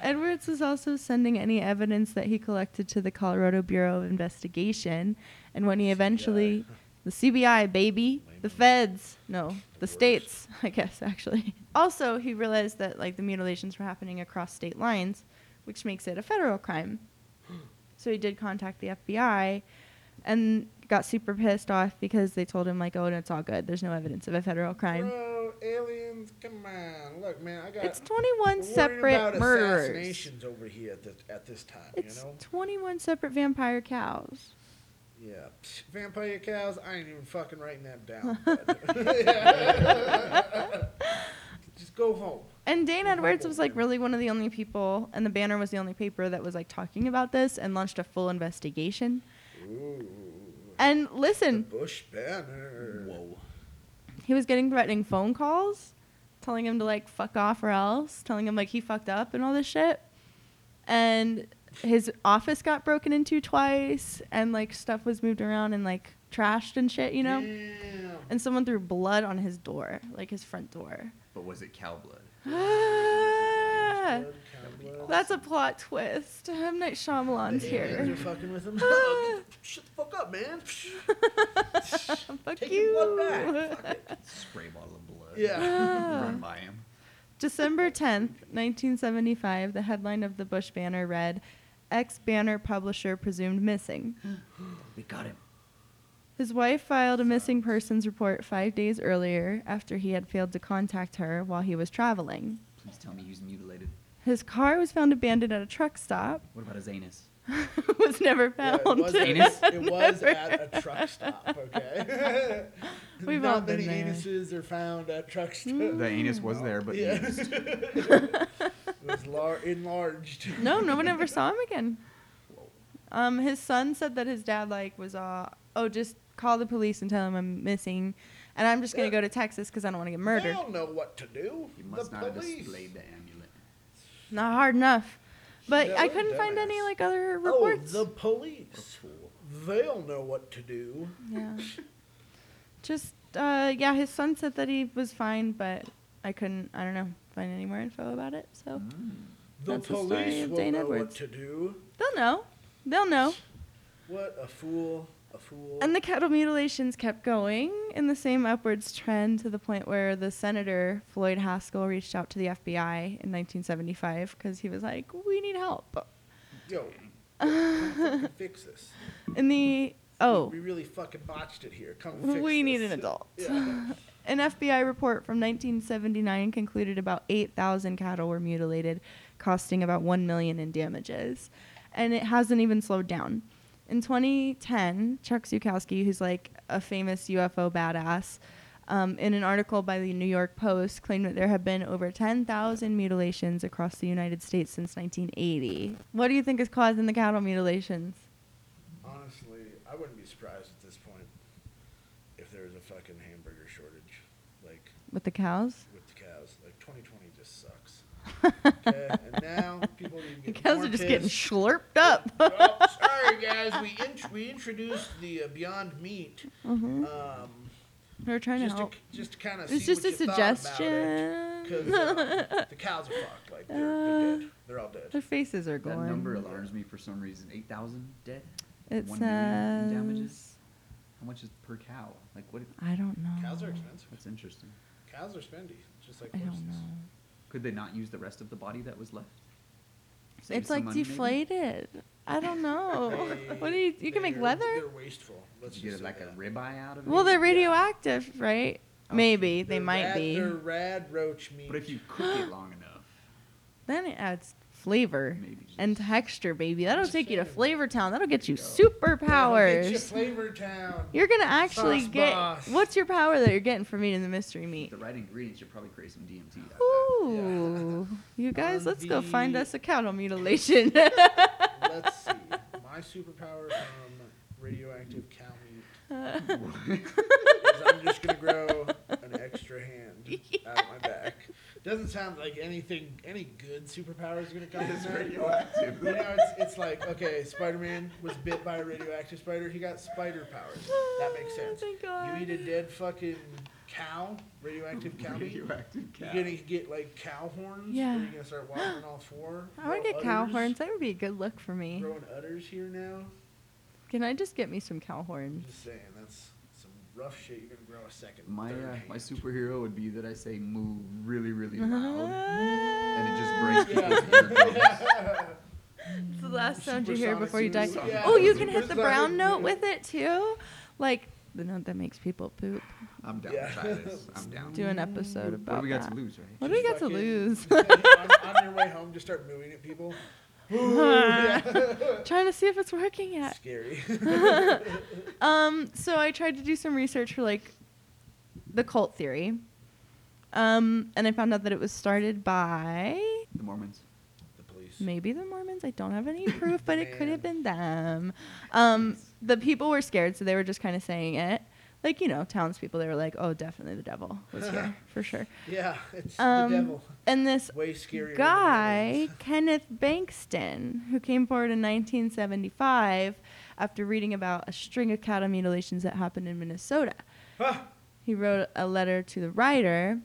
A: Edwards was also sending any evidence that he collected to the Colorado Bureau of Investigation, and when he eventually, the CBI, baby, the feds, no, the
B: worst.
A: states, I guess actually. Also, he realized that like the mutilations were happening across state lines, which makes it a federal crime. So he did contact the FBI and got super pissed off because they told him like, "Oh, no, it's all good. There's no evidence of a federal crime."
B: Bro, aliens, come on. Look, man, I got
A: It's 21
B: we're worried
A: separate
B: about
A: murderers.
B: assassinations over here at this at this time,
A: It's
B: you know?
A: 21 separate vampire cows.
B: Yeah. Psh, vampire cows, I ain't even fucking writing that down. bud. Just go home.
A: And Dane Edwards was like really one of the only people, and the Banner was the only paper that was like talking about this and launched a full investigation.
B: Ooh.
A: And
B: The
A: listen,
B: Bush banner.
C: Whoa.
A: he was getting threatening phone calls, telling him to like fuck off or else, telling him like he fucked up and all this shit. And his office got broken into twice, and like stuff was moved around and like trashed and shit, you know?
B: Damn.
A: And someone threw blood on his door, like his front door.
C: But was it cow blood?
A: Ah,
B: Blood, cow blood.
A: That's a plot twist. M. Night Shyamalan's
B: The aliens
A: here.
B: are fucking with him.
A: Ah.
B: Shut the fuck up, man.
A: Oh, Fuck
B: Take your blood
A: you.
B: back. Fuck it.
C: Spray bottle of blood.
B: Yeah.
A: Ah.
C: Run by him.
A: December 10th, 1975, the headline of the Bush banner read ex banner publisher presumed missing.
C: We got him.
A: His wife filed a missing persons report five days earlier after he had failed to contact her while he was traveling.
C: Please tell me he was mutilated.
A: His car was found abandoned at a truck stop.
C: What about his anus?
A: was never
B: Yeah,
A: found.
B: it was, at,
C: Anus?
B: it was
A: Never.
B: at a truck stop, okay?
A: We've
B: Not
A: all been
B: many
A: there. Hmm.
B: anuses are found at truck stops.
C: The anus was there, but
B: yeah.
C: used.
B: it was lar- enlarged.
A: no, no one ever saw him again. Um, his son said that his dad like was uh oh just call the police and tell him I'm missing, and I'm just gonna go to Texas because I don't want to get murdered.
B: They'll know what to do.
C: He must
B: the
C: not have
B: police.
C: displayed the amulet.
A: Not hard enough. But
B: Yeah,
A: I
B: what a
A: couldn't find any
B: dumbass.
A: like other
B: Oh,
A: reports.
B: the police. They'll know what to do.
A: yeah. Just uh, yeah, his son said that he was fine, but I couldn't. I don't know find any more info about it. So
B: Mm-hmm. The
A: That's the story
B: police
A: of
B: will
A: Dane
B: know
A: Edwards.
B: what to do.
A: they'll know. They'll know.
B: What a fool. A fool.
A: And the cattle mutilations kept going in the same upwards trend to the point where the senator, Floyd Haskell, reached out to the FBI in 1975 because he was like, we need help.
B: Yo, come fucking fix this.
A: In the, oh,
B: We really fucking botched it here. Come fix
A: we need
B: this.
A: an adult.
B: Yeah.
A: An FBI report from 1979 concluded about 8,000 cattle were mutilated, costing about 1 million in damages, and it hasn't even slowed down. In 2010, Chuck Zukowski, who's like a famous UFO badass, um, in an article by the New York Post, claimed that there have been over 10,000 mutilations across the United States since 1980. What do you think is causing the cattle mutilations?
B: Honestly, I wouldn't be surprised at this point if there was a fucking hamburger shortage, like
A: With the cows?
B: with the cows. Like 2020 just sucks. Okay, and now people need to
A: The
B: get
A: cows
B: more
A: are just getting
B: pissed.
A: slurped up.
B: oh, sorry guys, we int- we introduced the uh, Beyond Meat.
A: Mhm.
B: Um,
A: They're trying
B: just
A: to help.
B: to, just to kind of
A: It's
B: see
A: just a
B: what you thought about it,
A: suggestion.
B: 'cause, uh, the cows are fucked. Like they're, they're
A: Uh,
B: dead. They're all dead.
A: Their faces are
C: That
A: gone.
C: number alarms me for some reason. 8,000 dead?
A: It
C: One million in
A: says.
C: damages? How much is per cow? Like, what?
A: I don't know.
B: Cows are expensive.
C: That's interesting.
B: Cows are spendy, just like
A: I
B: horses.
A: don't know.
C: Could they not use the rest of the body that was left? Save
A: It's
C: some
A: like
C: money, maybe?
A: deflated. I don't know.
B: They-
A: Oh, what do you? You can make
B: they're-
A: leather.
B: They're wasteful. Let's
C: Did you
B: just
C: get
B: say
C: like a
B: that.
C: ribeye out of it?
A: Well, they're
B: yeah.
A: radioactive, right?
C: Oh,
A: Maybe they
B: They're
A: might
B: rad-
A: be.
B: They're rad roach meat.
C: But if you cook it long enough,
A: Then it adds flavor
C: Maybe
A: and
C: just-
A: texture, baby. That'll
B: Just
A: take you to
B: saying.
A: Flavor Town. That'll get you
C: There
B: That'll get you
A: superpowers.
B: Flavor Town.
A: You're gonna actually
B: Sauce
A: get.
B: boss.
A: What's your power that you're getting from eating the mystery meat?
C: the right ingredients, you'll probably create some DMT. out of that.
A: Ooh, you guys,
B: On
A: let's go find
B: the-
A: us a cattle mutilation.
B: Let's see. My superpower from radioactive cow meat is I'm just gonna grow an extra hand out of my back. Doesn't sound like anything. Any good superpower is gonna come
C: It's
B: from that.
C: radioactive.
B: You know, it's, it's like okay, Spider-Man was bit by a radioactive spider. He got spider powers. That makes sense.
A: Thank
B: You
A: Oh God.
B: eat a dead fucking cow, radioactive cow meat.
C: Radioactive
B: You're
C: cow.
B: gonna get like cow horns.
A: Yeah.
B: Are you gonna start walking on all four?
A: I want to
B: Grow
A: get cow
B: udders?
A: horns. That would be a good look for me.
B: Growing udders here now.
A: Can I just get me some cow
B: I'm
A: horns?
B: just saying, that's some rough shit. You're gonna grow a second.
C: My
B: third
C: uh, my
B: hand.
C: superhero would be that I say moo really really
A: Uh-huh.
C: loud,
A: Ah,
C: and it just breaks
B: Yeah.
C: people's eardrums.
A: It's the last sound you hear
B: Supersonic
A: before you die.
B: moves.
C: Yeah.
A: Oh, you can hit the
B: Supersonic
A: brown note
B: moves.
A: with it too, like the note that makes people poop.
C: I'm down
B: Yeah.
C: to try this. I'm down.
A: Do an episode about
C: what do we got
A: that.
C: to lose, right?
A: What do we
B: Just
A: got to
B: fucking-
A: lose?
B: on, on your way home, just start mooing at people. Ooh, yeah.
A: Trying to see if it's working yet.
B: Scary.
A: Um, so I tried to do some research for like the cult theory. Um, and I found out that it was started by
C: The Mormons.
B: the police.
A: maybe the Mormons. I don't have any proof, but it could have
B: Man.
A: been them. Um, the people were scared, so they were just kind of saying it. Like, you know, townspeople, they were like, oh, definitely the devil was here for sure.
B: Yeah, it's
A: Um,
B: the devil.
A: And this
B: Way scarier. than
A: guy,
B: aliens.
A: Kenneth Bankston, who came forward in 1975 after reading about a string of cattle mutilations that happened in Minnesota.
B: Ah,
A: He wrote a letter to the writer,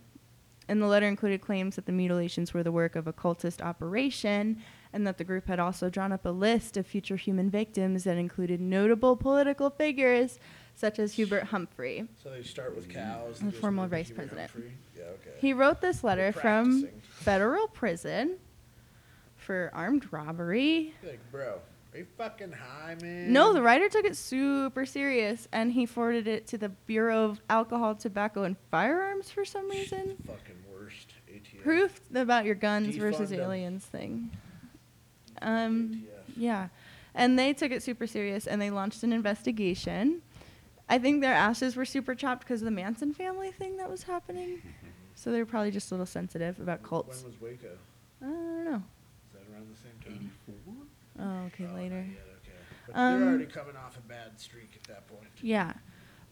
A: and the letter included claims that the mutilations were the work of a cultist operation and that the group had also drawn up a list of future human victims that included notable political figures such as Hubert Humphrey.
B: so they start with cows.
A: The
B: and just
A: former
B: move to
A: vice
B: Hubert
A: president.
B: Humphrey. Yeah, okay.
A: He wrote this letter
B: They're
A: from
B: practicing.
A: federal prison for armed robbery.
B: You're like, bro, are you fucking high, man?
A: No, the writer took it super serious and he forwarded it to the Bureau of Alcohol, Tobacco, and Firearms for some reason.
B: Fucking worst ATF.
A: Proof about your guns versus
B: Defund 'em.
A: aliens thing. Um,
B: ATF.
A: yeah. And they took it super serious and they launched an investigation. I think their ashes were super chopped because of the Manson family thing that was happening. So they were probably just a little sensitive about cults.
B: When was Waco? Is
A: I don't know.
B: that around the same time?
C: 84?
A: Oh, okay,
B: Oh,
A: later.
B: not yet, okay. But
A: Um,
B: they're already coming off a bad streak at that point.
A: Yeah.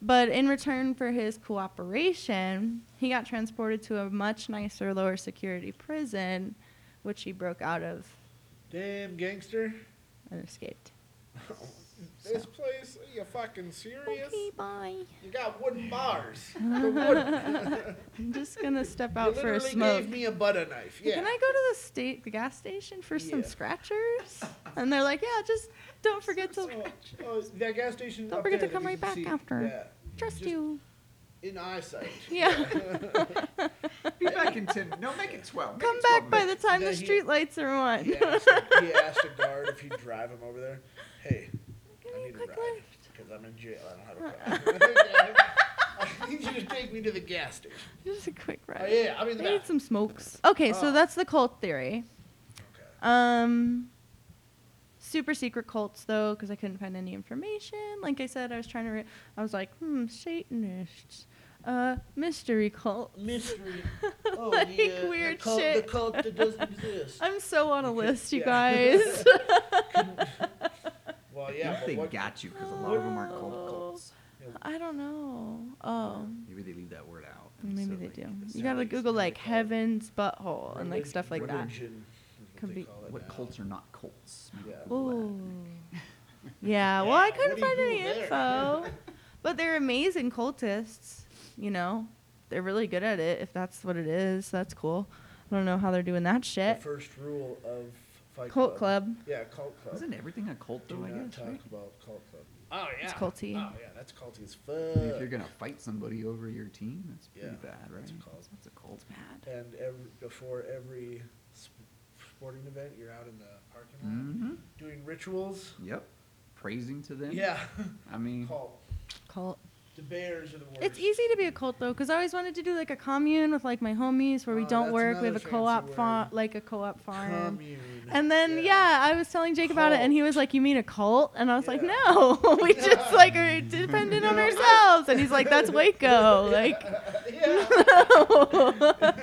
A: But in return for his cooperation, he got transported to a much nicer, lower security prison, which he broke out of
B: Damn gangster.
A: and escaped.
B: this place, are you fucking serious?
A: Okay, bye.
B: You got wooden bars. The wooden.
A: I'm just gonna step
B: you
A: out for a
B: literally
A: smoke.
B: gave me a butter knife. Yeah.
A: Can I go to the state the gas station for some
B: Yeah.
A: scratchers? And they're like, yeah, just don't forget to
B: So, oh, that gas station.
A: Don't
B: up
A: forget
B: there that
A: to come
B: you
A: right
B: can
A: back
B: see-
A: after.
B: Yeah.
A: trust
B: just-
A: you.
B: In eyesight.
A: Yeah.
C: Be back in 10. No, make it 12.
A: Come back by the time the
B: Yeah, he-
A: streetlights are on.
B: he, asked, he asked a guard if he'd drive him over there. Hey,
A: Give
B: I
A: me a
B: need a
A: quick
B: ride
A: lift.
B: because I'm in jail. I don't have a car. I need you to take me to the gas station.
A: Just a quick
B: Oh
A: ride.
B: yeah, I'm in the
A: They
B: back.
A: need some smokes. Okay, so
B: Oh.
A: that's the cult theory.
B: Okay.
A: Um, super secret cults though, because I couldn't find any information. Like I said, I was trying to. Re- I was like, hmm, Satanists, uh, mystery cult.
B: Mystery. Oh
A: like
B: yeah.
A: weird
B: the cult,
A: shit.
B: The cult that doesn't exist.
A: I'm so on a list, you
B: Yeah.
A: guys.
B: well,
C: Yeah,
B: Oh, yeah, but
C: they
B: what,
C: got you because a lot of them aren't called cults.
A: I don't know. Oh,
C: Maybe they leave that word out.
A: maybe
C: So,
A: they
C: like,
A: do.
C: it's
A: You
C: not
A: gotta
C: like-
A: Google like
B: call it
A: heaven's butthole and like stuff like that.
B: religion is what
A: Could
B: they
A: be-
B: call it
C: What
B: now.
C: cults are not cults? Maybe
B: Yeah.
C: Google
A: Oh.
C: that.
A: Yeah, well, I
B: Yeah,
A: couldn't
B: what
A: find
B: do you
A: any
B: do there?
A: info. but they're amazing cultists, you know? They're really good at it, if that's what it is. That's cool. I don't know how they're doing that
B: The
A: shit.
B: first rule of Fight
A: Cult Club.
B: Yeah, cult club.
C: Isn't everything a cult
B: Do
C: though? I
B: not
C: guess.
B: talk
C: Right?
B: about cult club. Oh yeah.
A: It's culty.
B: Oh yeah, that's culty as fuck.
C: If you're gonna fight somebody over your team, that's pretty
B: Yeah,
C: bad, right?
B: that's a cult.
C: That's a cult.
A: Bad.
B: and every, before every sp- sporting event, you're out in the parking lot
C: Mm-hmm.
B: doing rituals.
C: Yep. Praising to them.
B: Yeah.
C: I mean,
B: cult.
A: Cult.
B: The bears are the worst.
A: It's easy to be a cult though, because I always wanted to do like a commune with like my homies where we
B: Oh,
A: don't
B: that's
A: work. We have a
B: another
A: co-op
B: fancy
A: farm,
B: word.
A: like a co-op farm.
B: Commune.
A: And then yeah. I was telling Jake about it, and he was like, "You mean a cult?" And I was like,
B: Yeah.
A: "No, we just
B: Yeah.
A: like are dependent on
B: No, I-
A: ourselves." And he's like, "That's Waco." Like,
B: yeah.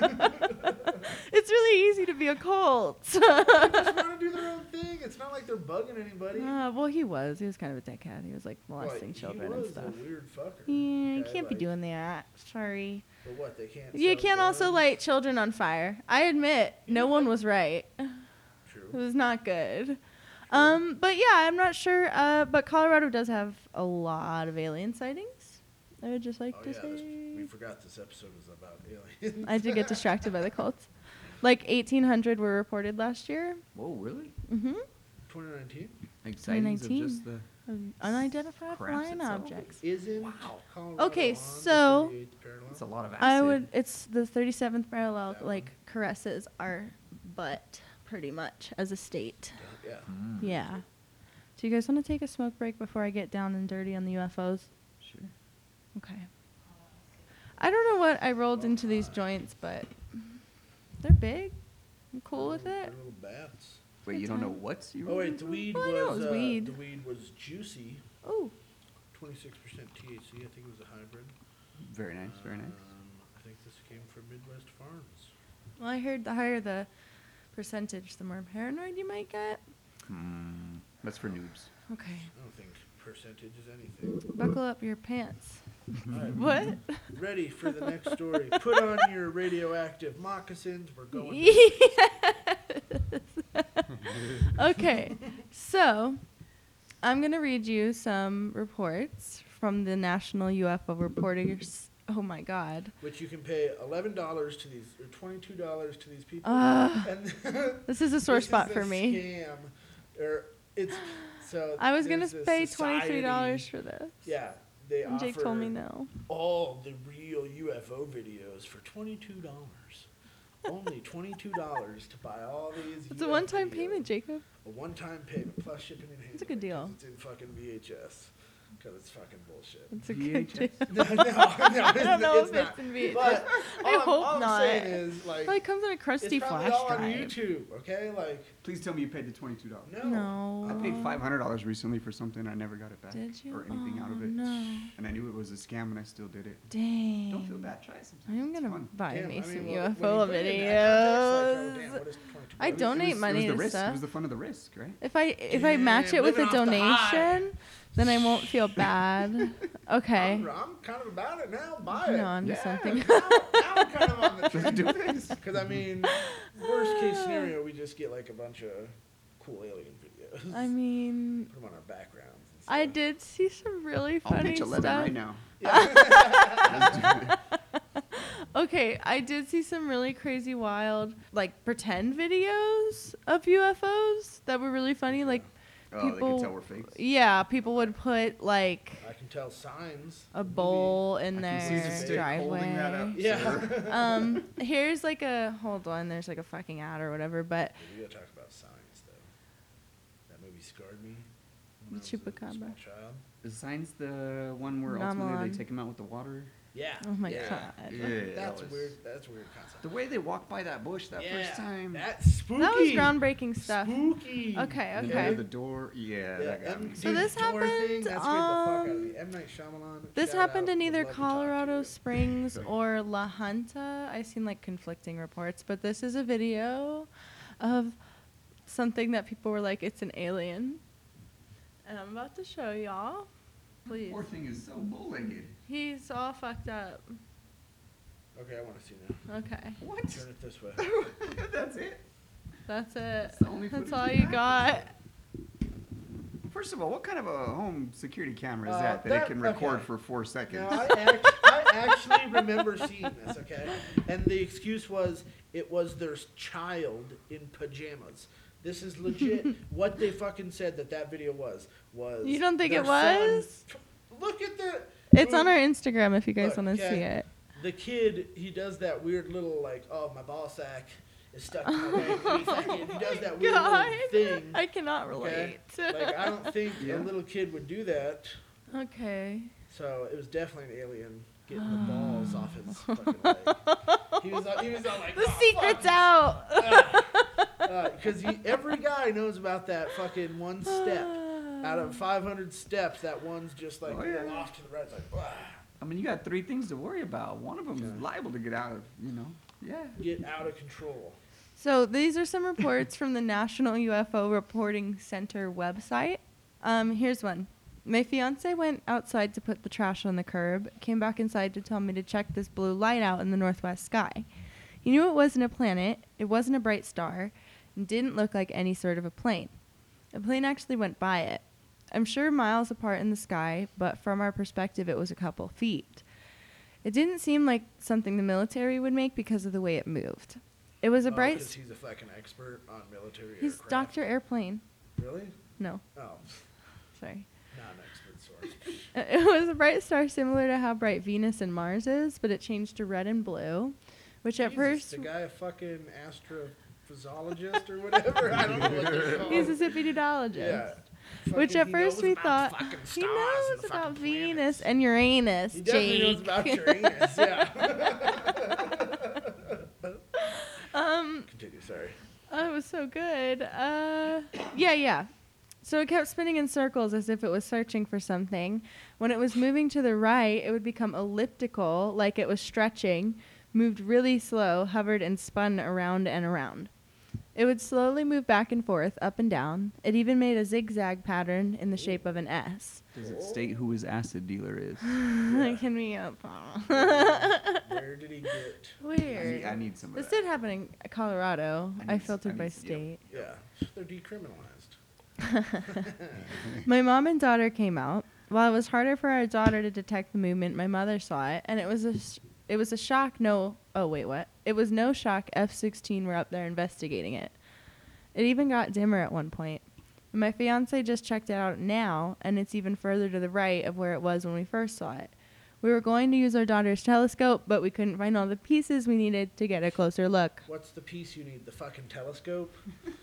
A: it's really easy to be a cult.
B: They just want to do their own thing. It's not like they're bugging anybody.
A: Uh, well, he was. He was kind of a dickhead. He was like
B: But
A: molesting children
B: he
A: and
B: was
A: stuff.
B: A weird fucker.
A: Yeah, you
B: Okay,
A: can't be
B: like,
A: doing that. Sorry.
B: But what they can't.
A: You
B: sell
A: can't also
B: guns?
A: light children on fire. I admit, no one was right. It
B: True.
A: was not good. Um, but yeah, I'm not sure. Uh, but Colorado does have a lot of alien sightings. I would just like
B: Oh
A: to
B: yeah, this, we
A: say.
B: forgot this episode was about aliens.
A: I did get distracted by the cults. Like 1,800 were reported last year.
C: whoa, really?
A: Mm-hmm.
B: 2019
C: Exciting of
A: 2019.
C: just the.
A: Unidentified
C: Craps
A: flying
C: itself.
A: objects.
B: is in
C: Wow.
B: Colorado
A: Okay,
B: on the
A: so-
B: 38th parallel.
C: That's a lot of acid.
A: I would. It's the 37th parallel.
B: That
A: like
B: one.
A: caresses our butt, pretty much as a state.
B: yeah.
C: Mm,
A: Yeah. Do you guys want to take a smoke break before I get down and dirty on the UFOs?
C: Sure.
A: Okay. I don't know what I rolled into these joints, but they're big. I'm cool with
B: They're
A: it.
B: Little bats.
C: Wait,
A: Good
C: you don't know
A: time.
C: what's you?
B: Oh wait, the weed
A: Well, I know
B: was,
A: it was
B: uh,
A: weed.
B: the weed was juicy.
A: Oh,
B: 26% THC. I think it was a hybrid.
C: Very nice. Very nice.
B: Um, I think this came from Midwest Farms.
A: well, I heard the higher the percentage, the more paranoid you might get.
C: Mm, that's for noobs.
A: Okay.
B: I don't think percentage is anything.
A: Buckle up your pants.
B: All right.
A: What?
B: Ready for the next story. Put on your radioactive moccasins. We're going. to-
A: okay, so I'm going to read you some reports from the National UFO Reporters. Oh my God.
B: Which you can pay eleven dollars to these or twenty-two dollars to these people.
A: Ugh.
B: and
A: This is a sore
B: this is
A: spot
B: a
A: for me.
B: Scam. Or it's so.
A: I was going
B: there's
A: to
B: this
A: pay
B: society-
A: $23 for this.
B: Yeah, they
A: And Jake
B: offer
A: told me no.
B: all the real UFO videos for twenty-two dollars. Only twenty-two dollars to buy all these.
A: It's a
B: USB
A: one-time
B: videos.
A: payment, Jacob.
B: A one-time payment plus shipping and handling.
A: It's a good
B: 'cause
A: deal.
B: It's in fucking VHS because it's fucking bullshit.
A: It's a
C: VHS.
A: good
B: no,
A: deal.
B: no, no,
A: I don't know
B: it's
A: if it's
B: not.
A: in VHS.
B: But all
A: I
B: I'm-
A: hope
B: all I'm
A: not.
B: saying is like
A: Well, it comes in a crusty
B: it's probably
A: flash
B: all on
A: drive.
B: YouTube. Okay, like
C: Please tell me you paid the twenty-two dollars.
B: no.
A: No.
C: I paid five hundred dollars recently for something I never got it back
A: Did you?
C: or anything out of
A: Oh,
C: it,
A: no.
C: and I knew it was a scam and I still did it.
A: Dang.
C: Don't feel bad. Try it sometime.
A: I'm
C: It's
A: gonna
C: fun.
A: buy
B: Damn,
A: me
B: I
A: some
B: mean, when-
A: UFO
B: when you put it in that
A: videos.
B: context, like, oh, damn, what is 22
A: I
B: bucks?
A: don't- Donate
C: it was,
A: money
C: it was
A: to
C: the risk.
A: stuff.
C: It was the fun of the risk, right?
A: If I if I match
B: Yeah,
A: it with a
B: living off the high.
A: donation, then I won't feel bad. Okay.
B: I'm, I'm kind of about it now. Buy
A: You're
B: it.
A: onto
B: yeah,
A: something.
B: Now, now I'm kind of on the
C: Let's
B: train.
C: do this.
B: Because I mean, worst case scenario, we just get like a bunch of cool alien videos.
A: I mean,
B: put them on our backgrounds. and
A: Uh, I
B: stuff.
A: did see some really
C: I'll
A: funny
C: pitch eleven
A: stuff.
C: right now.
B: Yeah.
C: Let's do it.
A: Okay, I did see some really crazy, wild, like pretend videos of UFOs that were really funny. Like,
C: Oh, they
A: People-
C: can tell we're fakes.
A: yeah, people would put like
B: I can tell signs.
A: a bowl in
C: I
A: their
C: can see the stick holding that up.
A: driveway.
B: Yeah.
C: Sure.
A: Um, here's like a hold on. There's like a fucking ad or whatever, but
B: We gotta talk about signs though. That movie scarred me.
A: The
B: when I was a
A: Chupacabra.
B: small child.
C: Is Signs the one where
A: Not
C: ultimately
A: Milan.
C: they take him out with the water?
B: Yeah.
A: Oh my
B: yeah.
A: God.
C: Uh, Yeah,
B: Uh,
C: that
B: That's
C: was-
B: weird. That's a weird concept.
C: The way they walked by that bush that
B: yeah,
C: first time.
B: That's spooky.
A: that was groundbreaking stuff.
B: Spooky.
A: Okay,
C: And
A: okay.
C: The, the door. Yeah,
B: Yeah,
C: that got
B: M-
C: me.
A: So
B: dude,
A: this
B: door thing,
A: happened,
B: that scared the fuck out of
A: um,
B: me. M. Night Shyamalan,
A: This
B: shout
A: happened
B: out,
A: in
B: would
A: either
B: love to talk to
A: Colorado
B: you.
A: Springs or La Junta. I seen like conflicting reports, but this is a video of something that people were like, "It's an alien," and I'm about to show y'all. Please,
C: Poor thing is so bull-legged.
A: he's all fucked up.
B: Okay, I want to see now.
A: Okay,
C: What?
B: Turn it this way.
C: That's it.
A: that's it.
C: the only
A: That's
C: footage
A: all
C: we
A: you
C: have.
A: got.
C: First of all, what kind of a home security camera is
B: Uh,
C: that that,
B: that-
C: it can record
B: okay.
C: for four
B: No,
C: seconds?
B: I, act- I actually remember seeing this, okay? And the excuse was it was their child in pajamas. This is legit. what they fucking said that that video was was.
A: You don't think
B: their
A: it was?
B: son- look at the.
A: It's on
B: Ooh.
A: our Instagram if you guys want to
B: Okay.
A: see it.
B: The kid, he does that weird little like, oh my ball sack is stuck in my leg. He fucking- he does that weird
A: Oh God,
B: little thing.
A: I cannot relate.
B: okay? Like I don't think
C: Yeah.
B: a little kid would do that.
A: okay.
B: So it was definitely an alien getting the balls off his
A: Um.
B: fucking leg. He was, all, he was all like,
A: The
B: "Oh,
A: secret's
B: fuck."
A: out.
B: Because he every guy knows about that fucking one step. Out of 500 steps, that one's just like
C: Oh, yeah.
B: off to the right. It's like, "Wah,
C: I mean, you got three things to worry about. One of them
B: Yeah.
C: is liable to get out of, you know. Yeah.
B: get out of control.
A: So these are some reports from the National UFO Reporting Center website. Um, here's one. My fiance went outside to put the trash on the curb, came back inside to tell me to check this blue light out in the northwest sky. He knew it wasn't a planet, it wasn't a bright star, and didn't look like any sort of a plane. A plane actually went by it. I'm sure miles apart in the sky, but from our perspective, it was a couple feet. It didn't seem like something the military would make because of the way it moved. It was
B: Oh,
A: a bright.
B: 'cause he's a fucking expert on military
A: He's
B: aircraft.
A: Dr. Airplane.
B: Really?
A: No,
B: Oh,
A: sorry.
B: not an expert source.
A: Uh, It was a bright star similar to how bright Venus and Mars is, but it changed to red and blue, which at
B: Jesus,
A: first
B: the guy a fucking astrophysiologist or whatever. I don't know what they're called.
A: he's a zipidudologist.
B: Yeah.
A: Which
B: Fucking
A: at
B: he
A: first
B: knows
A: we
B: about
A: thought
B: fucking
A: he
B: stars and
A: knows
B: the
A: about
B: fucking
A: Venus
B: planets.
A: and Uranus,
B: He definitely
A: Jake.
B: knows about Uranus. Yeah.
A: um,
B: Continue. Sorry.
A: oh, it was so good. Uh, yeah, yeah. So it kept spinning in circles as if it was searching for something. When it was moving to the right, it would become elliptical, like it was stretching, moved really slow, hovered and spun around and around. It would slowly move back and forth, up and down. It even made a zigzag pattern in the shape of an S.
C: Does it state who his acid dealer is?
B: Yeah.
A: Can we? Uh, Paul?
B: Where did he get?
C: I need, I
A: Weird.
C: need some of
A: This
C: that.
A: did happen in Colorado.
C: I need
A: I
C: s-
A: filtered
C: I
A: by
C: need s- yep.
A: state.
B: Yeah, they're decriminalized.
A: My mom and daughter came out. While it was harder for our daughter to detect the movement, my mother saw it, and it was a sh- it was a shock. No, oh wait, what? It was no shock. F-16 were up there investigating it. It even got dimmer at one point. And My fiance just checked it out now, and it's even further to the right of where it was when we first saw it. We were going to use our daughter's telescope, but we couldn't find all the pieces we needed to get a closer look.
B: What's the piece you need? The fucking telescope?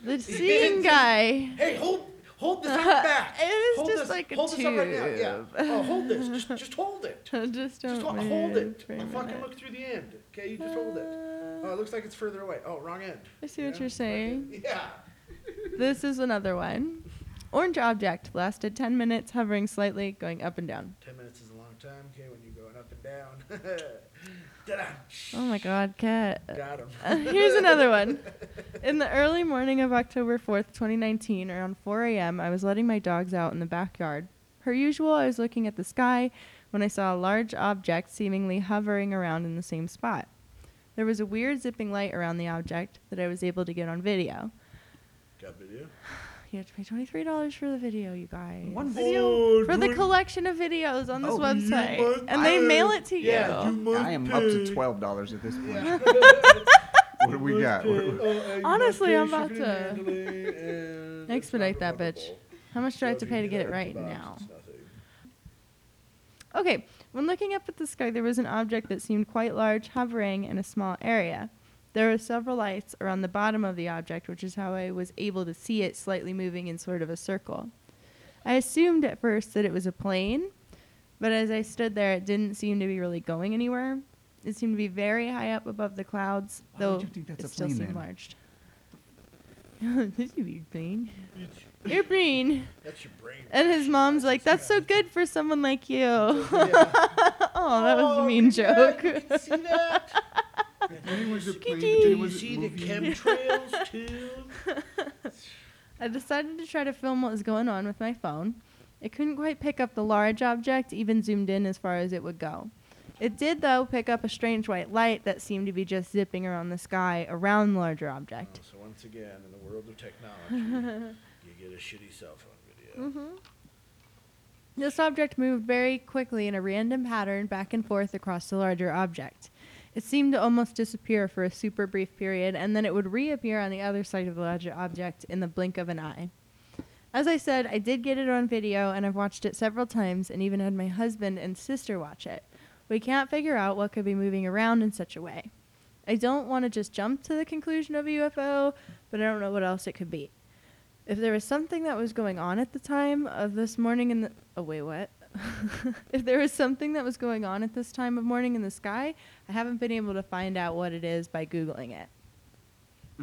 A: The seeing guy.
B: Hey, hold hold this up back.
A: It is
B: hold
A: just
B: this,
A: like a
B: hold this up right now. Yeah.
A: tube.
B: Oh, hold this. Just, just hold it.
A: just don't
B: Just hold,
A: move
B: hold it.
A: for a
B: Like, fucking
A: minute.
B: look through the end. Okay, you just hold it.
A: Uh,
B: Oh, it looks like it's further away. Oh, wrong end.
A: I see what
B: Yeah,
A: you're saying.
B: fucking- Yeah.
A: This is another one. Orange object lasted 10 minutes, hovering slightly, going up and down.
B: Ten minutes is a long time. Okay, when you're going up and down. Ta-da.
A: Oh my god, cat.
B: Got him.
A: Uh, here's another one. In the early morning of October 4th, 2019, around 4 a.m., I was letting my dogs out in the backyard. Per usual, I was looking at the sky when I saw a large object seemingly hovering around in the same spot. There was a weird zipping light around the object that I was able to get on video.
B: Got video.
A: You have to pay $23 for the video, you guys.
C: One video.
A: for the collection of videos on this
C: Oh, you
A: website.
B: must
A: And they
B: pay.
A: mail it to
B: Yeah, you
A: you.
B: must
D: I am up to
B: pay.
D: twelve dollars at this point.
B: Yeah.
D: What do we got?
B: Oh, uh,
A: Honestly, I'm about to expedite that bitch. How much do I have to pay to get it right now? Okay, when looking up at the sky, there was an object that seemed quite large hovering in a small area. There were several lights around the bottom of the object, which is how I was able to see it slightly moving in sort of a circle. I assumed at first that it was a plane, but as I stood there, it didn't seem to be really going anywhere. It seemed to be very high up above the clouds,
D: Why
A: though
D: would you think that's
A: it
D: a
A: still
D: plane,
A: seemed
D: then?
A: large. this is your plane. Your plane.
B: That's your brain.
A: And his mom's like, "That's so good for someone like you."
B: Yeah.
A: oh, that was a mean
B: look at
A: joke.
B: that, You can see that.
D: When was it playing?
B: Do
D: When
B: you
D: was it
B: see the
D: moving?
B: chemtrails too?
A: I decided to try to film what was going on with my phone. It couldn't quite pick up the large object, even zoomed in as far as it would go. It did, though, pick up a strange white light that seemed to be just zipping around the sky around the larger
B: Oh,
A: object.
B: so once again, in the world of technology, you get a shitty cell phone video.
A: Mm-hmm. This object moved very quickly in a random pattern back and forth across the larger object. It seemed to almost disappear for a super brief period, and then it would reappear on the other side of the larger object in the blink of an eye. As I said, I did get it on video, and I've watched it several times, and even had my husband and sister watch it. We can't figure out what could be moving around in such a way. I don't want to just jump to the conclusion of a UFO, but I don't know what else it could be if there was something that was going on at the time of this morning in the oh wait what if there was something that was going on at this time of morning in the sky i haven't been able to find out what it is by googling it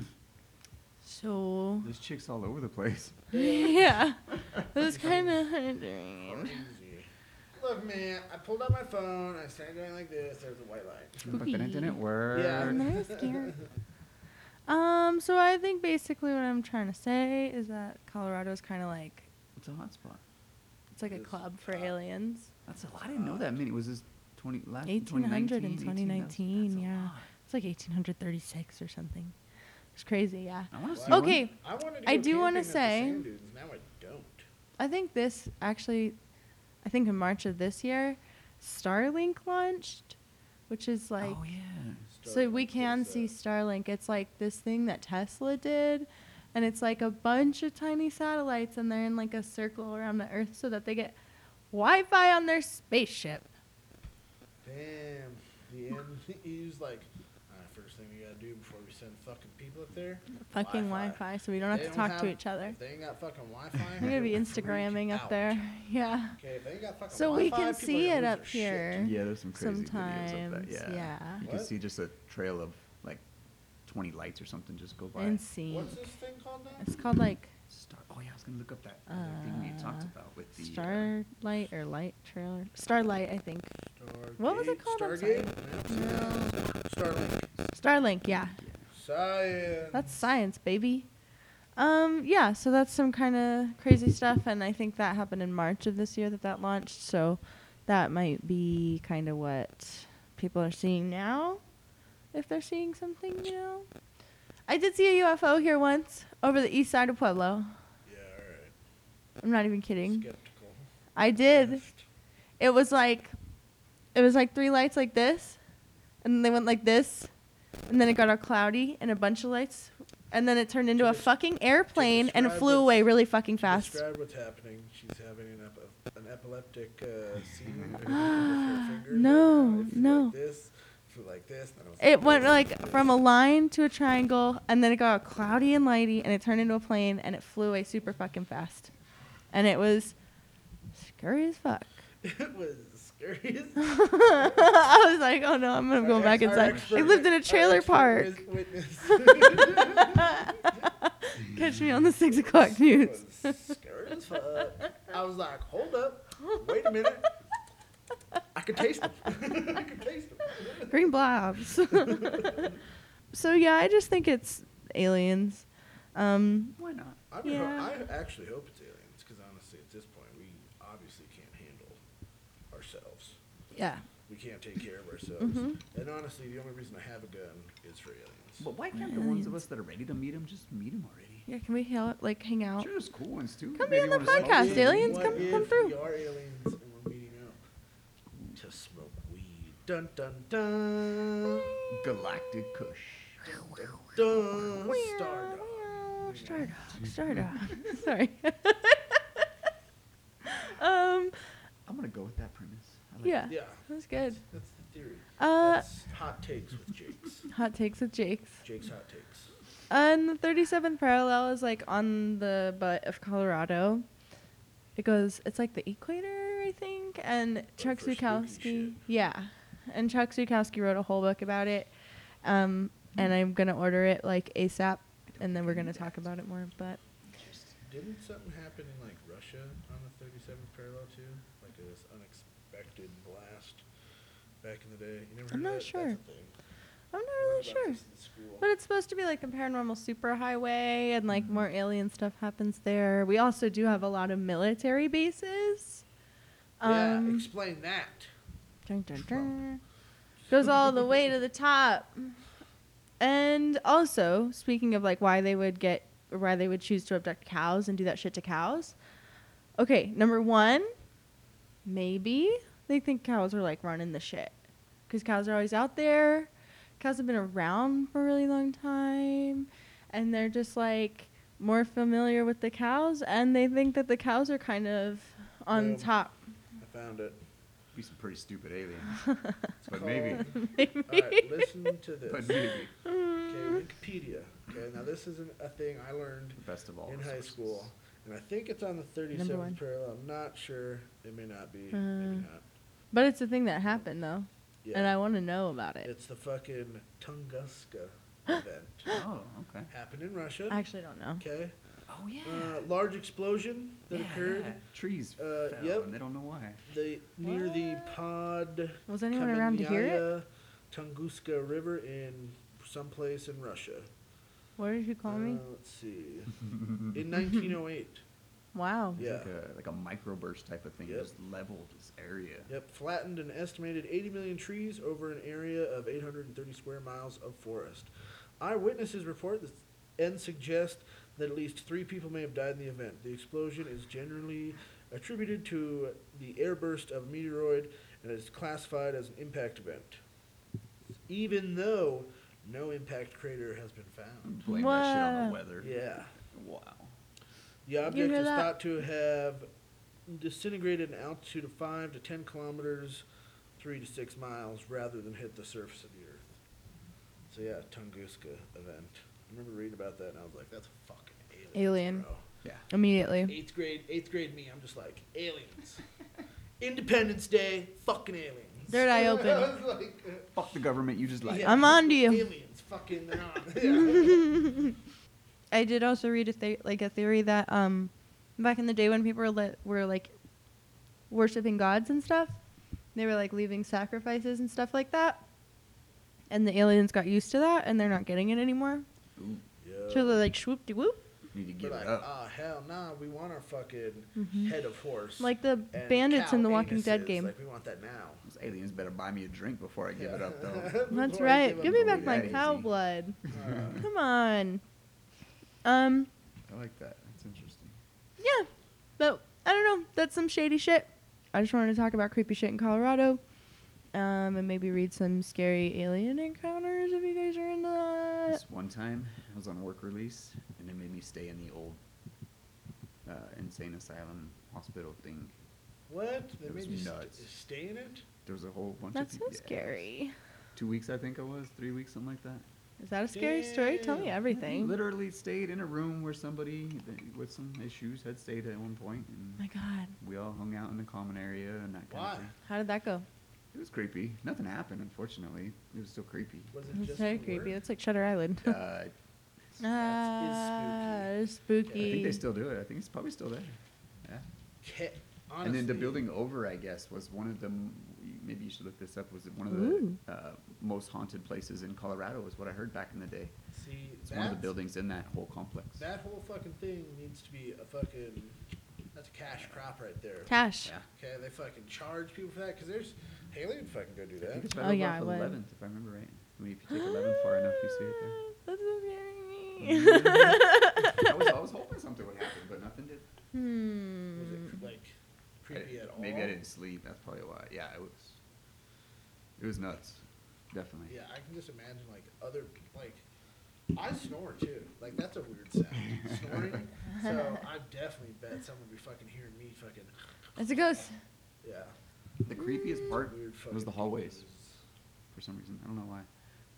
A: so
D: This chick's all over the place.
A: yeah that's kind of hard
B: Crazy. Look, man, I pulled out my phone. I started going like this. There's a white light.
D: But then it didn't work.
A: i'm very scared um so i think basically what i'm trying to say is that colorado is kind of like
C: It's a hot spot.
A: it's like a
B: It's
A: club for
B: hot.
A: aliens
C: That's a lot. I didn't know that many. Was this 20, last
A: 1800 in
C: 2019,
A: 2019,
C: that's a
A: yeah.
C: lot.
A: It's like 1836 or something. It's crazy, yeah.
C: I want to
B: Wow.
C: see
B: You
A: okay,
B: I wanted to
A: I
B: go
A: do
B: camping
A: wanna
B: at the
A: say-
B: sand dunes, Now I don't.
A: I think this actually, I think in March of this year, Starlink launched, which is
C: one.
A: like,
C: oh yeah.
A: so
B: Starlink
A: we can
B: is, uh,
A: see Starlink. It's like this thing that Tesla did, and it's like a bunch of tiny satellites, and they're in like a circle around the Earth so that they get Wi Fi on their spaceship.
B: Damn, the end is like, all right, first thing we gotta do before we send fucking people up there.
A: Fucking Wi Fi, so we don't have
B: They
A: to talk to
B: have-
A: each other.
B: If they ain't got fucking Wi-Fi,
A: We're gonna be
B: freak
A: Instagramming up
B: out.
A: there. Yeah.
B: Okay, if they ain't got fucking
A: So we
B: Wi-Fi,
A: can
B: people are
A: see
B: gonna
A: it
B: lose
A: up
B: their shit.
A: here.
D: Yeah, there's some crazy videos of
A: Sometimes,
D: that. Yeah.
A: yeah.
D: You can
B: What?
D: see just a trail of like twenty lights or something just go by.
A: Insane.
B: What's this thing called now?
A: It's called like
C: Star. Oh yeah, I was gonna look up that other thing we had talked
A: Uh,
C: about with the uh,
A: Starlight or Light Trailer. Starlight, I think. What was it
B: Stargate?
A: called? I'm sorry.
B: Stargate? Starlink.
A: Starlink, yeah.
B: Science.
A: That's science, baby. Um, yeah, so that's some kind of crazy stuff, and I think that happened in March of this year that that launched. So that might be kind of what people are seeing now, if they're seeing something new. I did see a UFO here once over the east side of Pueblo.
B: yeah, all
A: I'm not even
B: right.
A: kidding.
B: Skeptical.
A: I did.
B: Left.
A: It was like, it was like three lights like this, and then they went like this, and then it got all cloudy and a bunch of lights, and then it turned into
B: To
A: a
B: des-
A: fucking airplane and it
B: describe
A: flew
B: what's-
A: away really fucking
B: To
A: fast.
B: Describe what's happening. She's having an, ep- an epileptic uh, seizure with her finger. this. Then it, was
A: It went
B: this,
A: like
B: this.
A: from a line to a triangle, and then it got cloudy and lighty, and it turned into a plane, and it flew away super fucking fast, and it was scary as fuck.
B: It was scary. as-
A: I was like, oh no, I'm gonna go
B: Our
A: back
B: ex- our
A: inside. I
B: expert-
A: lived in
B: our
A: a trailer
B: expert
A: park.
B: wis- witness.
A: Catch me on the six o'clock news.
B: It was scary as fuck. I was like, hold up, wait a minute. I could taste them. I could taste them.
A: Green blobs. so yeah, I just think it's aliens. Um,
C: Why not?
B: I, would
A: Yeah.
B: hope, I actually hope it's aliens because honestly, at this point, we obviously can't handle ourselves.
A: yeah.
B: We can't take care of ourselves.
A: Mhm.
B: And honestly, the only reason I have a gun is for aliens.
D: But why
A: can't
D: can't
A: the
D: the ones
A: ones of
D: of
A: Aliens.
D: us that are ready to meet him just meet him already?
A: Yeah. Can we hang out, like hang out?
D: Sure, there's cool ones too.
A: Come be on the
B: What
A: podcast,
B: if-
A: aliens,
B: what
A: come- come
B: if
A: through.
B: We are aliens and we're meeting up to smoke weed. Dun dun dun.
D: Galactic Kush.
B: Dun. Star
A: Star dog. Star dog. Sorry. um.
D: I'm gonna go with that premise. I like
A: Yeah.
B: Yeah,
A: That's good.
B: that's the theory.
A: Uh,
B: That's hot takes with Jake's.
A: hot takes with Jake's.
B: Jake's hot takes.
A: And the 37th parallel is like on the butt of Colorado. It goes, it's like the equator, I think. And Chuck
B: Oh, for spooky shit.
A: Zukowski, yeah. And Chuck Zukowski wrote a whole book about it. Um, and I'm going to order it like ASAP. And then we're going to talk about it more. But
B: Didn't something happen in like Russia on the 37th parallel too? Like this unexpected blast back in the day. You never heard
A: I'm
B: of
A: not
B: that?
A: sure.
B: That's a thing.
A: I'm
B: I
A: not
B: learned
A: really
B: about
A: sure.
B: this in school.
A: But it's supposed to be like a paranormal superhighway and
B: Mm-hmm.
A: like more alien stuff happens there. We also do have a lot of military bases.
B: yeah,
A: Um,
B: explain that.
A: Dun, dun, dun. Goes all the way to the top. And also, speaking of like why they would get or why they would choose to abduct cows and do that shit to cows. Okay, number one, maybe they think cows are like running the shit. Because cows are always out there. Cows have been around for a really long time. And they're just like more familiar with the cows. And they think that the cows are kind of on
B: Yeah.
A: top.
B: I found it.
D: Be some pretty stupid aliens. but maybe.
A: Maybe.
B: All right, listen to this.
D: But maybe.
B: Okay, Wikipedia. Okay, now this isn't a thing I learned
D: The best of all.
B: in high
D: resources.
B: school, and I think it's on the
A: one.
B: 37th parallel. I'm not sure. It may not be.
A: Uh,
B: Maybe not.
A: But it's a thing that happened though,
B: Yeah.
A: and I want to know about it.
B: It's the fucking Tunguska event.
D: Oh, okay.
B: Happened in Russia.
A: I actually don't know.
B: Okay.
C: Oh yeah.
B: Uh, large explosion that
C: Yeah,
B: occurred.
C: yeah.
D: Trees
B: Uh,
D: fell
B: yep.
D: and they don't know why.
B: The near the
A: What?
B: Pod
A: Was anyone around to hear it?
B: Kamenyaya Tunguska River in someplace in Russia.
A: What did you call
B: Uh,
A: me?
B: Let's see. In 1908.
A: Wow.
D: It's
B: yeah.
D: Like a, like a microburst type of thing.
B: Yep.
D: Just leveled this area.
B: Yep, flattened an estimated 80 million trees over an area of 830 square miles of forest. Eyewitnesses report this and suggest that at least three people may have died in the event. The explosion is generally attributed to the airburst of a meteoroid and is classified as an impact event, even though no impact crater has been found.
D: Blame that shit on
A: Wow.
D: the weather.
B: Yeah.
D: Wow.
B: The object
A: hear
B: is
A: that?
B: thought to have disintegrated at an altitude of 5 to 10 kilometers, 3 to 6 miles, rather than hit the surface of the Earth. So, yeah, Tunguska event. I remember reading about that and I was like, that's fucking aliens.
A: Alien.
B: Bro.
D: Yeah.
A: Immediately.
B: Eighth grade, eighth grade me, I'm just like, aliens. Independence Day, fucking aliens.
A: Third eye open.
B: I was like, uh,
D: Fuck the government. You just like.
B: yeah,
A: I'm on to you.
B: Aliens, fucking. they're on. Yeah.
A: I did also read a the- like a theory that um, back in the day when people were li- were like worshiping gods and stuff, they were like leaving sacrifices and stuff like that, and the aliens got used to that and they're not getting it anymore.
D: Ooh,
B: Yeah.
A: So they're like swoop de whoop,
D: need to
B: We're
D: give
B: like,
D: it up.
B: ah, hell nah, we want our fucking head of horse.
A: Mm-hmm. like the
B: and
A: bandits
B: cow
A: in the Walking
B: anuses.
A: Dead game.
B: Like, we want that now.
D: Those aliens better buy me a drink before I give it up, though.
A: That's
B: Before I give
A: right.
B: up
A: Give me
B: the
A: back my
D: that
A: cow
D: easy.
A: blood.
B: lead.
A: Come on. Um,
D: I like that. That's interesting.
A: yeah. But I don't know. That's some shady shit. I just wanted to talk about creepy shit in Colorado. Um, and maybe read some scary alien encounters if you guys are into that.
D: This one time, I was on work release, and they made me stay in the old uh, insane asylum hospital thing.
B: What? They
D: It was
B: made you st-
D: nuts.
B: stay in it?
D: There was a whole bunch
A: That's
D: of
A: so
D: people. yeah.
A: scary.
C: two weeks, I think I was, three weeks, something like that.
A: Is that a scary story? Tell me
B: Damn.
A: everything.
C: Literally stayed in a room where somebody that- with some issues had stayed at one point, and
A: my God,
C: we all hung out in the common area and that kind
B: Why?
C: of thing.
A: how did that go?
C: It was creepy. Nothing happened, unfortunately. It was still creepy.
B: Was it
A: It's
B: just
A: very
B: from
A: creepy.
B: work?
A: It's like Shutter Island.
C: Uh,
A: Ah,
B: That
A: it's
C: I
A: spooky.
C: think they still do it. I think it's probably still there. Yeah.
B: Ca-
C: And then the
B: honestly,
C: building over, I guess, was one of the. m- Maybe you should look this up. Was it one of
B: Mm.
A: Ooh.
C: the uh, most haunted places in Colorado? Is what I heard back in the day.
B: See,
C: It's one of the
B: that's-
C: buildings in that whole complex.
B: That whole fucking thing needs to be a fucking. That's a cash crop right there.
A: Cash.
C: Yeah.
B: Okay, they fucking charge people for that because there's Haley would fucking go do
C: I
B: that.
C: think it's right
A: Oh,
C: over
A: yeah,
C: off
A: I would.
C: 11th, if I remember right. I mean, if you take 11 far enough, you see it there. Mm-hmm.
A: That's so scary.
C: I was, I was hoping something would happen, but nothing did. Mm.
B: Was
A: Hmm.
B: it like creepy
C: I-
B: at all?
C: Maybe I didn't sleep. That's probably why. Yeah, it was. It was nuts. Definitely.
B: Yeah, I can just imagine like other like. I snore too. Like that's a weird sound. Snoring. So I definitely bet someone would be fucking hearing me fucking.
A: It's a ghost.
B: Yeah.
C: The creepiest part
B: Weird fucking.
C: was the hallways.
B: noises.
C: For some reason, I don't know why.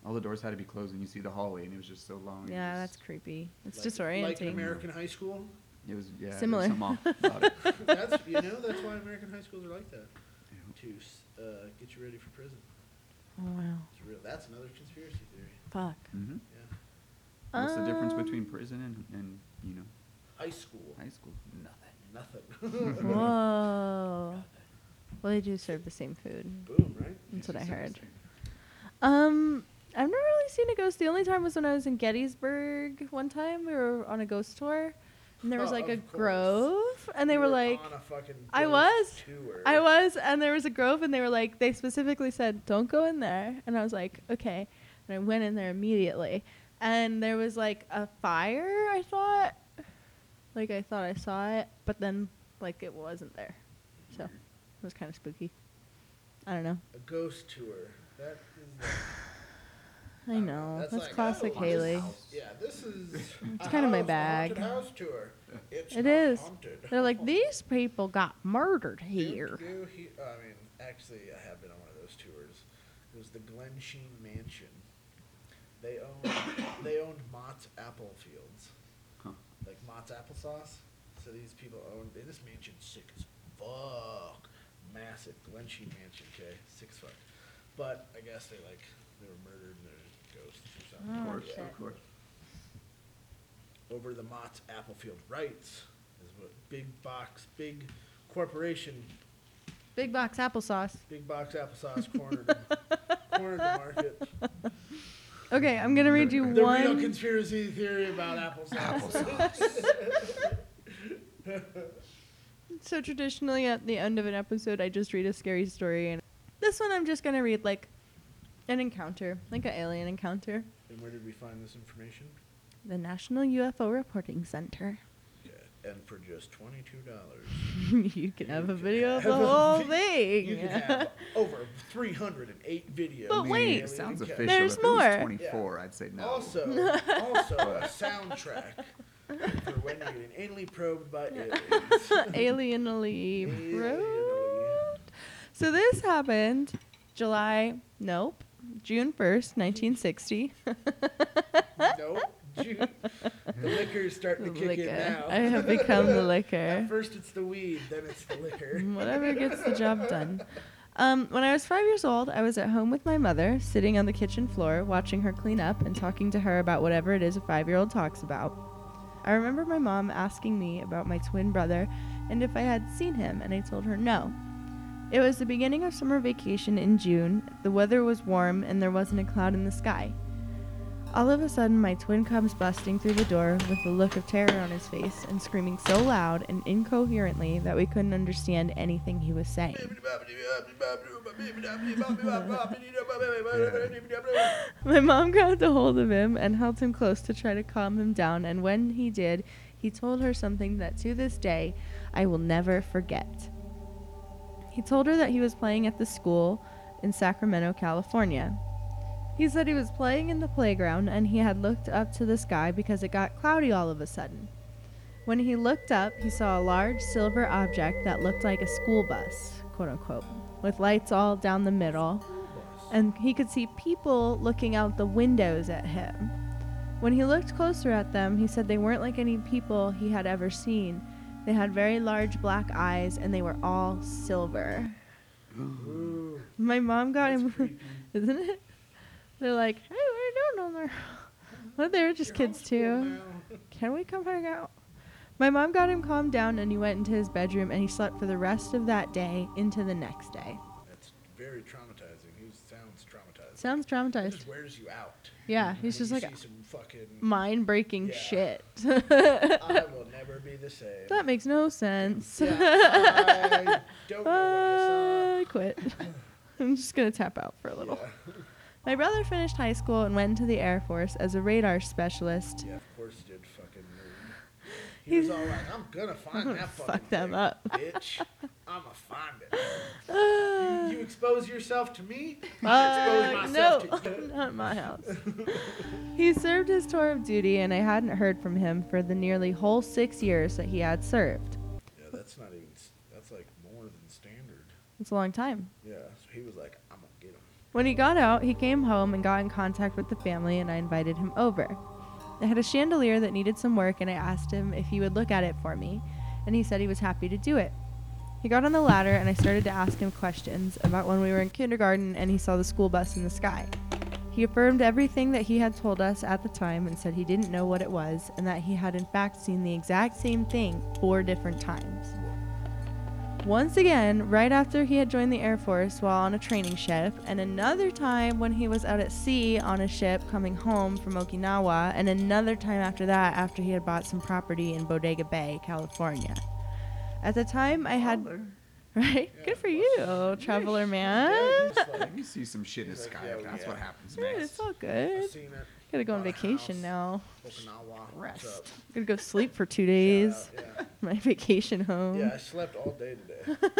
C: All the doors had to be closed, and you see the hallway, and it was just so long. and it
A: Yeah,
C: was-
A: that's creepy.
B: Like-
A: It's
B: Like in
A: disorienting.
B: American high school.
C: It was yeah. there
A: Similar.
C: was something off about it.
B: That's you know that's why American high schools are like that. To uh, get you ready for prison.
A: oh wow.
B: It's real. That's another conspiracy theory.
A: Fuck.
C: hmm
B: Yeah.
C: What's the difference
A: Um,
C: between prison and, and you know
B: High school.
C: high school? Nothing.
B: Nothing.
A: Whoa. Well, they do serve the same food.
B: Boom, right?
A: That's
C: It's
A: what I
C: just
A: heard.
C: interesting.
A: Um, I've never really seen a ghost. The only time was when I was in Gettysburg one time. We were on a ghost tour, and there was
B: Oh,
A: like a
B: of course.
A: grove, and they
B: You
A: were like,
B: on a fucking
A: I
B: ghost
A: was.
B: tour.
A: I was, and there was a grove, and they were like, they specifically said, don't go in there. And I was like, okay. And I went in there immediately. And there was like a fire, I thought. Like, I thought I saw it, but then, like, it wasn't there. So it was kind of spooky. I don't know.
B: A ghost tour. That is.
A: I
B: don't
A: know. That's,
B: like,
A: classic
B: oh,
A: Haley.
B: Yeah, this is.
A: It's
B: a
A: kinda my
B: house- a
A: bag.
B: haunted House tour. It's
A: It
B: not
A: is.
B: haunted.
A: They're like, these people got murdered
B: Do-
A: here.
B: do he- uh, I mean, actually, I have been on one of those tours. It was the Glen Sheen Mansion. They owned they owned Mott's apple fields,
C: Huh.
B: like Mott's applesauce. So these people owned and this mansion sick as fuck, massive Glen Sheen Mansion, okay, six fuck. But I guess they like they were murdered and they're ghosts or something.
A: Oh,
C: Mm. Of course,
A: shit.
C: of course.
B: Over the Mott's Applefield rights is what big box, big corporation
A: Big box applesauce.
B: Big box applesauce cornered, them- cornered the market.
A: Okay, I'm going to read you
B: The real
A: one.
B: conspiracy theory about applesauce.
A: So traditionally, at the end of an episode, I just read a scary story, and this one I'm just gonna read like an encounter, like an alien encounter.
B: and where did we find this information?
A: The National UFO Reporting Center.
B: Yeah, and for just twenty-two dollars,
A: you can have a video of the
B: have a
A: whole
B: vi-
A: thing.
B: you can have over three hundred and eight videos.
A: But
C: Man,
A: wait.
C: it sounds official.
A: There's
C: if it was
A: more.
C: 24, I'd say no.
B: Also, also a soundtrack for when you're getting anally probed by aliens.
A: Alienally,
B: Alienally.
A: So this happened July, nope, June 1st, 1960.
B: Nope. Ju- the liquor's starting to
A: The
B: kick
A: liquor.
B: in now.
A: I have become the liquor.
B: At first it's the weed, then it's the liquor.
A: Mm, Whatever gets the job done. Um, when I was five years old, I was at home with my mother, sitting on the kitchen floor, watching her clean up and talking to her about whatever it is a five year old talks about. I remember my mom asking me about my twin brother and if I had seen him, and I told her no. It was the beginning of summer vacation in June. The weather was warm and there wasn't a cloud in the sky. All of a sudden, my twin comes busting through the door with a look of terror on his face and screaming so loud and incoherently that we couldn't understand anything he was saying. My mom grabbed a hold of him and held him close to try to calm him down, and when he did, he told her something that to this day I will never forget. He told her that he was playing at the school in Sacramento, California. He said he was playing in the playground and he had looked up to the sky because it got cloudy all of a sudden. When he looked up, he saw a large silver object that looked like a school bus, quote unquote, with lights all down the middle, and he could see people looking out the windows at him. When he looked closer at them, he said they weren't like any people he had ever seen. They had very large black eyes and they were all silver.
B: Ooh,
A: My mom got
B: that's
A: him,
B: creepy.
A: isn't it? They're like, hey, what are you doing on there? Well, they were just
B: You're
A: kids
B: homeschooled
A: too.
B: now.
A: Can we come hang out? My mom got him calmed down and he went into his bedroom and he slept for the rest of that day into the next day.
B: That's very traumatizing. He sounds traumatized.
A: Sounds
B: It
A: traumatized.
B: just wears you out.
A: Yeah, he's
B: When
A: just
B: you
A: like
B: see some fucking.
A: mind breaking
B: Yeah.
A: shit.
B: I will never be the same.
A: that makes no sense.
B: Yeah, I don't know
A: I quit. I'm just gonna tap out for a
B: what I saw.
A: little. My brother finished high school and went into the Air Force as a radar specialist.
B: Yeah, yeah, of course, did fucking. Move. He was all like, "I'm gonna find
A: gonna
B: that
A: fuck
B: fucking
A: them
B: thing,
A: up."
B: bitch. I'ma find it.
A: Uh,
B: You, you expose yourself to me. I
A: uh,
B: expose
A: no,
B: myself to you.
A: not my house. he served his tour of duty, and I hadn't heard from him for the nearly whole six years that he had served.
B: Yeah, that's not even. s- That's like more than standard.
A: It's a long time.
B: Yeah. So he was like, "I'm gonna get him."
A: When he got out, he came home and got in contact with the family, and I invited him over. I had a chandelier that needed some work, and I asked him if he would look at it for me, and he said he was happy to do it. He got on the ladder, and I started to ask him questions about when we were in kindergarten and he saw the school bus in the sky. He affirmed everything that he had told us at the time and said he didn't know what it was, and that he had in fact seen the exact same thing four different times. Once again, right after he had joined the Air Force while on a training ship, and another time when he was out at sea on a ship coming home from Okinawa, and another time after that after he had bought some property in Bodega Bay, California. At the time, I had. Right?
B: Yeah,
A: Good for
B: bless
A: you, traveler man.
B: Yeah, he's like,
D: Let me see some shit in the
B: He's like,
D: sky.
B: yeah,
D: if that's
B: yeah.
D: what happens
A: Yeah,
D: next.
A: it's all
B: I've
A: good.
B: seen it.
A: Gotta go on
B: Bought a
A: vacation
B: house.
A: now.
B: Okinawa.
A: Rest.
B: What's up?
A: Gonna go sleep for two days. Um.
B: Yeah, yeah.
A: My vacation home.
B: Yeah, I slept all day today.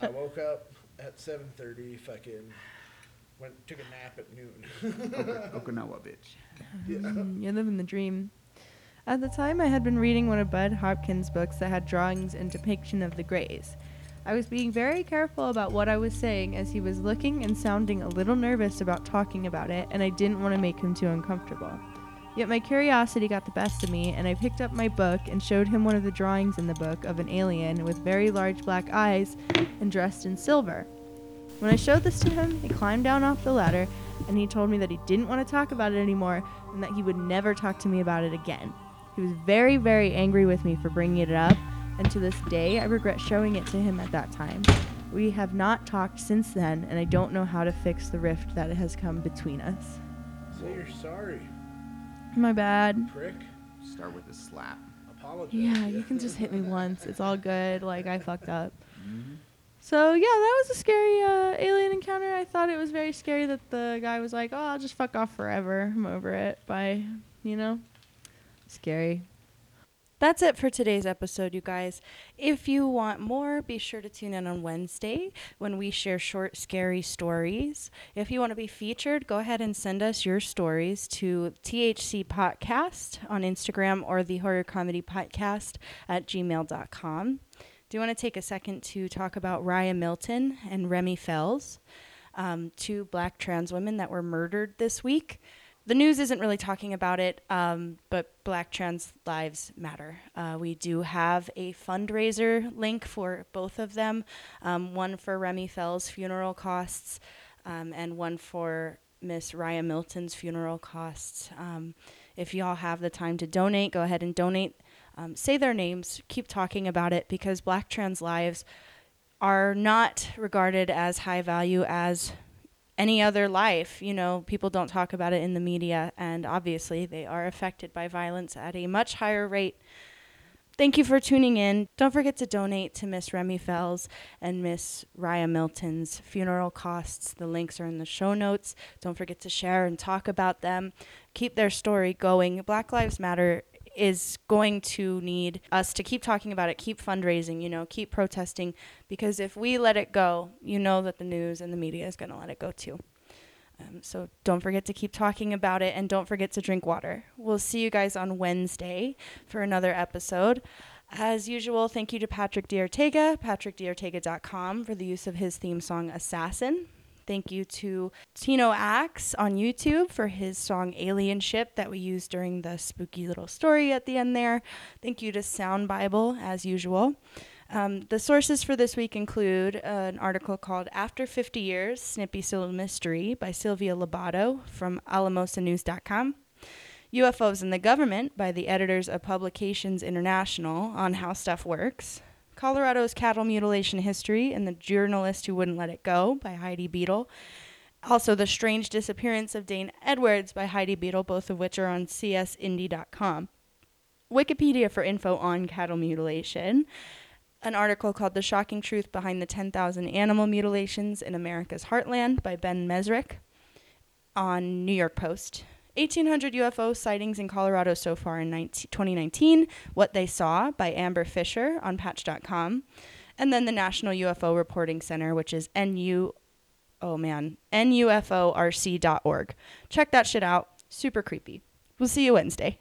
B: I woke up at seven thirty. Fucking went took a nap at noon.
D: Ok- Okinawa, bitch.
B: yeah.
A: Mm, You're living the dream. At the time, I had been reading one of Bud Hopkins' books that had drawings and depiction of the Greys. I was being very careful about what I was saying as he was looking and sounding a little nervous about talking about it, and I didn't want to make him too uncomfortable. Yet my curiosity got the best of me, and I picked up my book and showed him one of the drawings in the book of an alien with very large black eyes and dressed in silver. When I showed this to him, he climbed down off the ladder and he told me that he didn't want to talk about it anymore and that he would never talk to me about it again. He was very, very angry with me for bringing it up, and to this day, I regret showing it to him at that time. We have not talked since then, and I don't know how to fix the rift that has come between us.
B: So you're sorry,
A: My bad.
B: prick.
D: Start with a slap.
B: Apologize.
A: Yeah, you can just hit me once. It's all good. Like, I fucked up. So yeah, that was a scary uh, alien encounter. I thought it was very scary that the guy was like, "Oh, I'll just fuck off forever. I'm over it." Bye. You know, scary.
E: That's it for today's episode, you guys. If you want more, be sure to tune in on Wednesday when we share short, scary stories. If you want to be featured, go ahead and send us your stories to THC Podcast on Instagram or the Horror Comedy Podcast at gmail.com. Do want to take a second to talk about Raya Milton and Remy Fells, um, two black trans women that were murdered this week. The news isn't really talking about it, um, but black trans lives matter. Uh, we do have a fundraiser link for both of them um, one for Remy Fell's funeral costs, um, and one for Miss Raya Milton's funeral costs. Um, if y'all have the time to donate, go ahead and donate. Um, say their names, keep talking about it because black trans lives are not regarded as high value as any other life. You know, people don't talk about it in the media, and obviously they are affected by violence at a much higher rate. Thank you for tuning in. Don't forget to donate to Miss Remy Fells and Miss Raya Milton's funeral costs. The links are in the show notes. Don't forget to share and talk about them. Keep their story going. Black Lives Matter is going to need us to keep talking about it, keep fundraising, you know, keep protesting because if we let it go, you know that the news and the media is going to let it go too. Um, so don't forget to keep talking about it and don't forget to drink water. We'll see you guys on Wednesday for another episode. As usual, thank you to Patrick DeOrtega, patrickdeortega.com, for the use of his theme song Assassin. Thank you to Tino Axe on YouTube for his song Alien Ship that we used during the spooky little story at the end there. Thank you to Sound Bible, as usual. Um, the sources for this week include uh, an article called After 50 Years Snippy Still Mystery by Sylvia Lobato from alamosanews.com. UFOs and the Government by the editors of Publications International on How Stuff Works. Colorado's Cattle Mutilation History and the Journalist Who Wouldn't Let It Go by Heidi Beadle. Also, The Strange Disappearance of Dane Edwards by Heidi Beadle, both of which are on csindy.com. Wikipedia for info on cattle mutilation. An article called The Shocking Truth Behind the 10,000 Animal Mutilations in America's Heartland by Ben Mesrick on New York Post. 1,800 UFO sightings in Colorado so far in 19, 2019, What They Saw by Amber Fisher on Patch.com, and then the National UFO Reporting Center, which is NU, oh man, NUFORC.org. Check that shit out. Super creepy. We'll see you Wednesday.